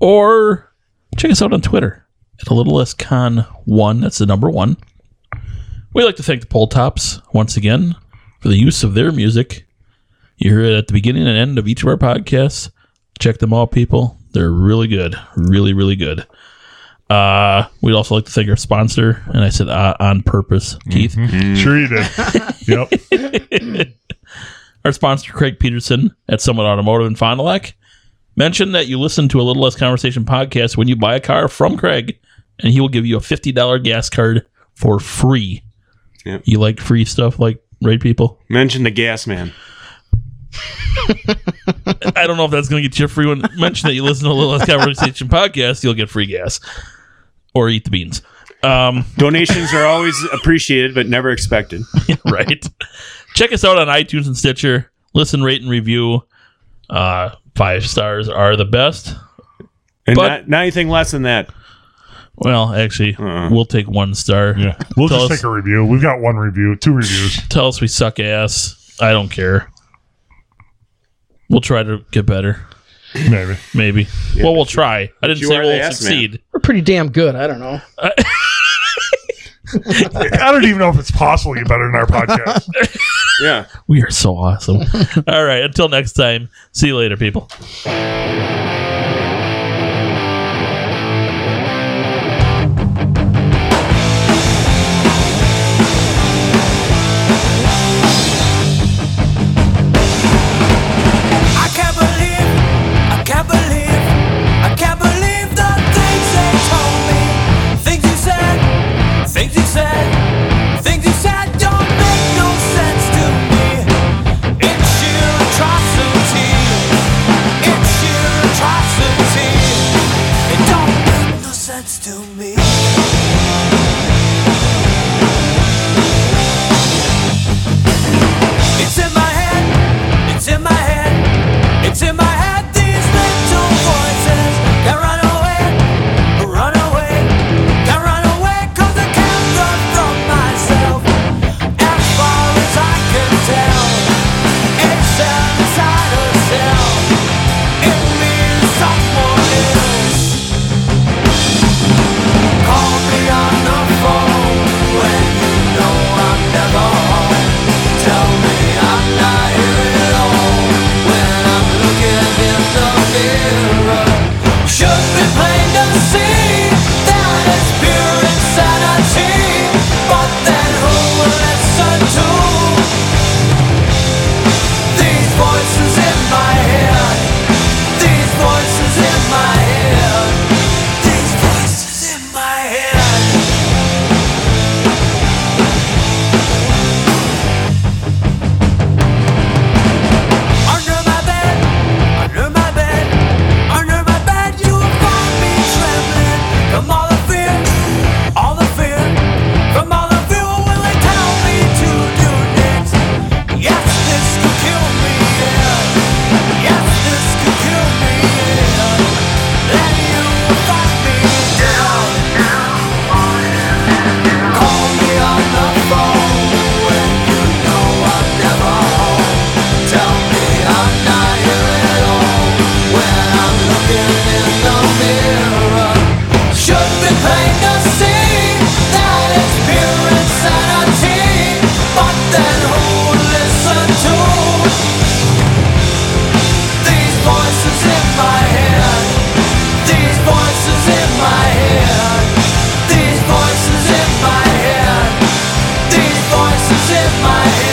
S3: Or check us out on Twitter at a little less con one. That's the number one. We'd like to thank the Pole Tops once again for the use of their music. You hear it at the beginning and end of each of our podcasts. Check them all, people. They're really good. Really, really good. Uh, we'd also like to thank our sponsor, and I said uh, on purpose, Keith.
S5: Sure you did. yep.
S3: Our sponsor, Craig Peterson at Summit Automotive in Fond du Lac. Mention that you listen to a Little Less Conversation podcast when you buy a car from Craig, and he will give you a $50 gas card for free.
S4: Yep.
S3: You like free stuff, like, right, people?
S4: Mention the gas man.
S3: I don't know if that's going to get you a free one. Mention that you listen to a Little Less Conversation podcast, you'll get free gas or eat the beans. Um,
S4: Donations are always appreciated, but never expected.
S3: right. Check us out on iTunes and Stitcher. Listen, rate, and review. Uh, five stars are the best.
S4: And
S3: But-
S4: not, not anything less than that.
S3: Well, actually,
S4: Uh-uh.
S3: we'll take one star.
S5: Yeah. We'll
S3: Tell
S5: just
S3: us-
S5: take a review. We've got one review, two reviews.
S3: Tell us we suck ass. I don't care. We'll try to get better.
S5: Maybe.
S3: Maybe. well, we'll try. I didn't
S4: you
S3: say
S4: are the
S3: we'll
S4: ass man.
S3: succeed.
S1: We're pretty damn good. I don't know.
S5: I don't even know if it's possible to get better than our podcast.
S4: Yeah.
S3: We are so awesome. All right. Until next time. See you later, people.
S7: I can't believe, I can't believe, I can't believe the things they told me. Things you said, things you said, things you said don't make no sense to me. It's sheer atrocity. It's sheer atrocity. mirror should be plain to see that it's pure insanity. But then who will listen to these voices in my head? These voices in my head. These voices in my head. Under my bed, under my bed, under my bed, you will find me trembling from all the fear, all the fear, from all the fear. Will they tell me to do next? Yes, this could kill me. Yeah. Yes, this could kill me. Yeah. Then you will find me down, down, Call me on the phone when you know I'm never home. Tell me I'm not here at all when I'm looking in the mirror. Should be plain to see that it's pure insanity, but then who would listen to these voices in my head? These voices in my head. These voices in my head. These voices in my head.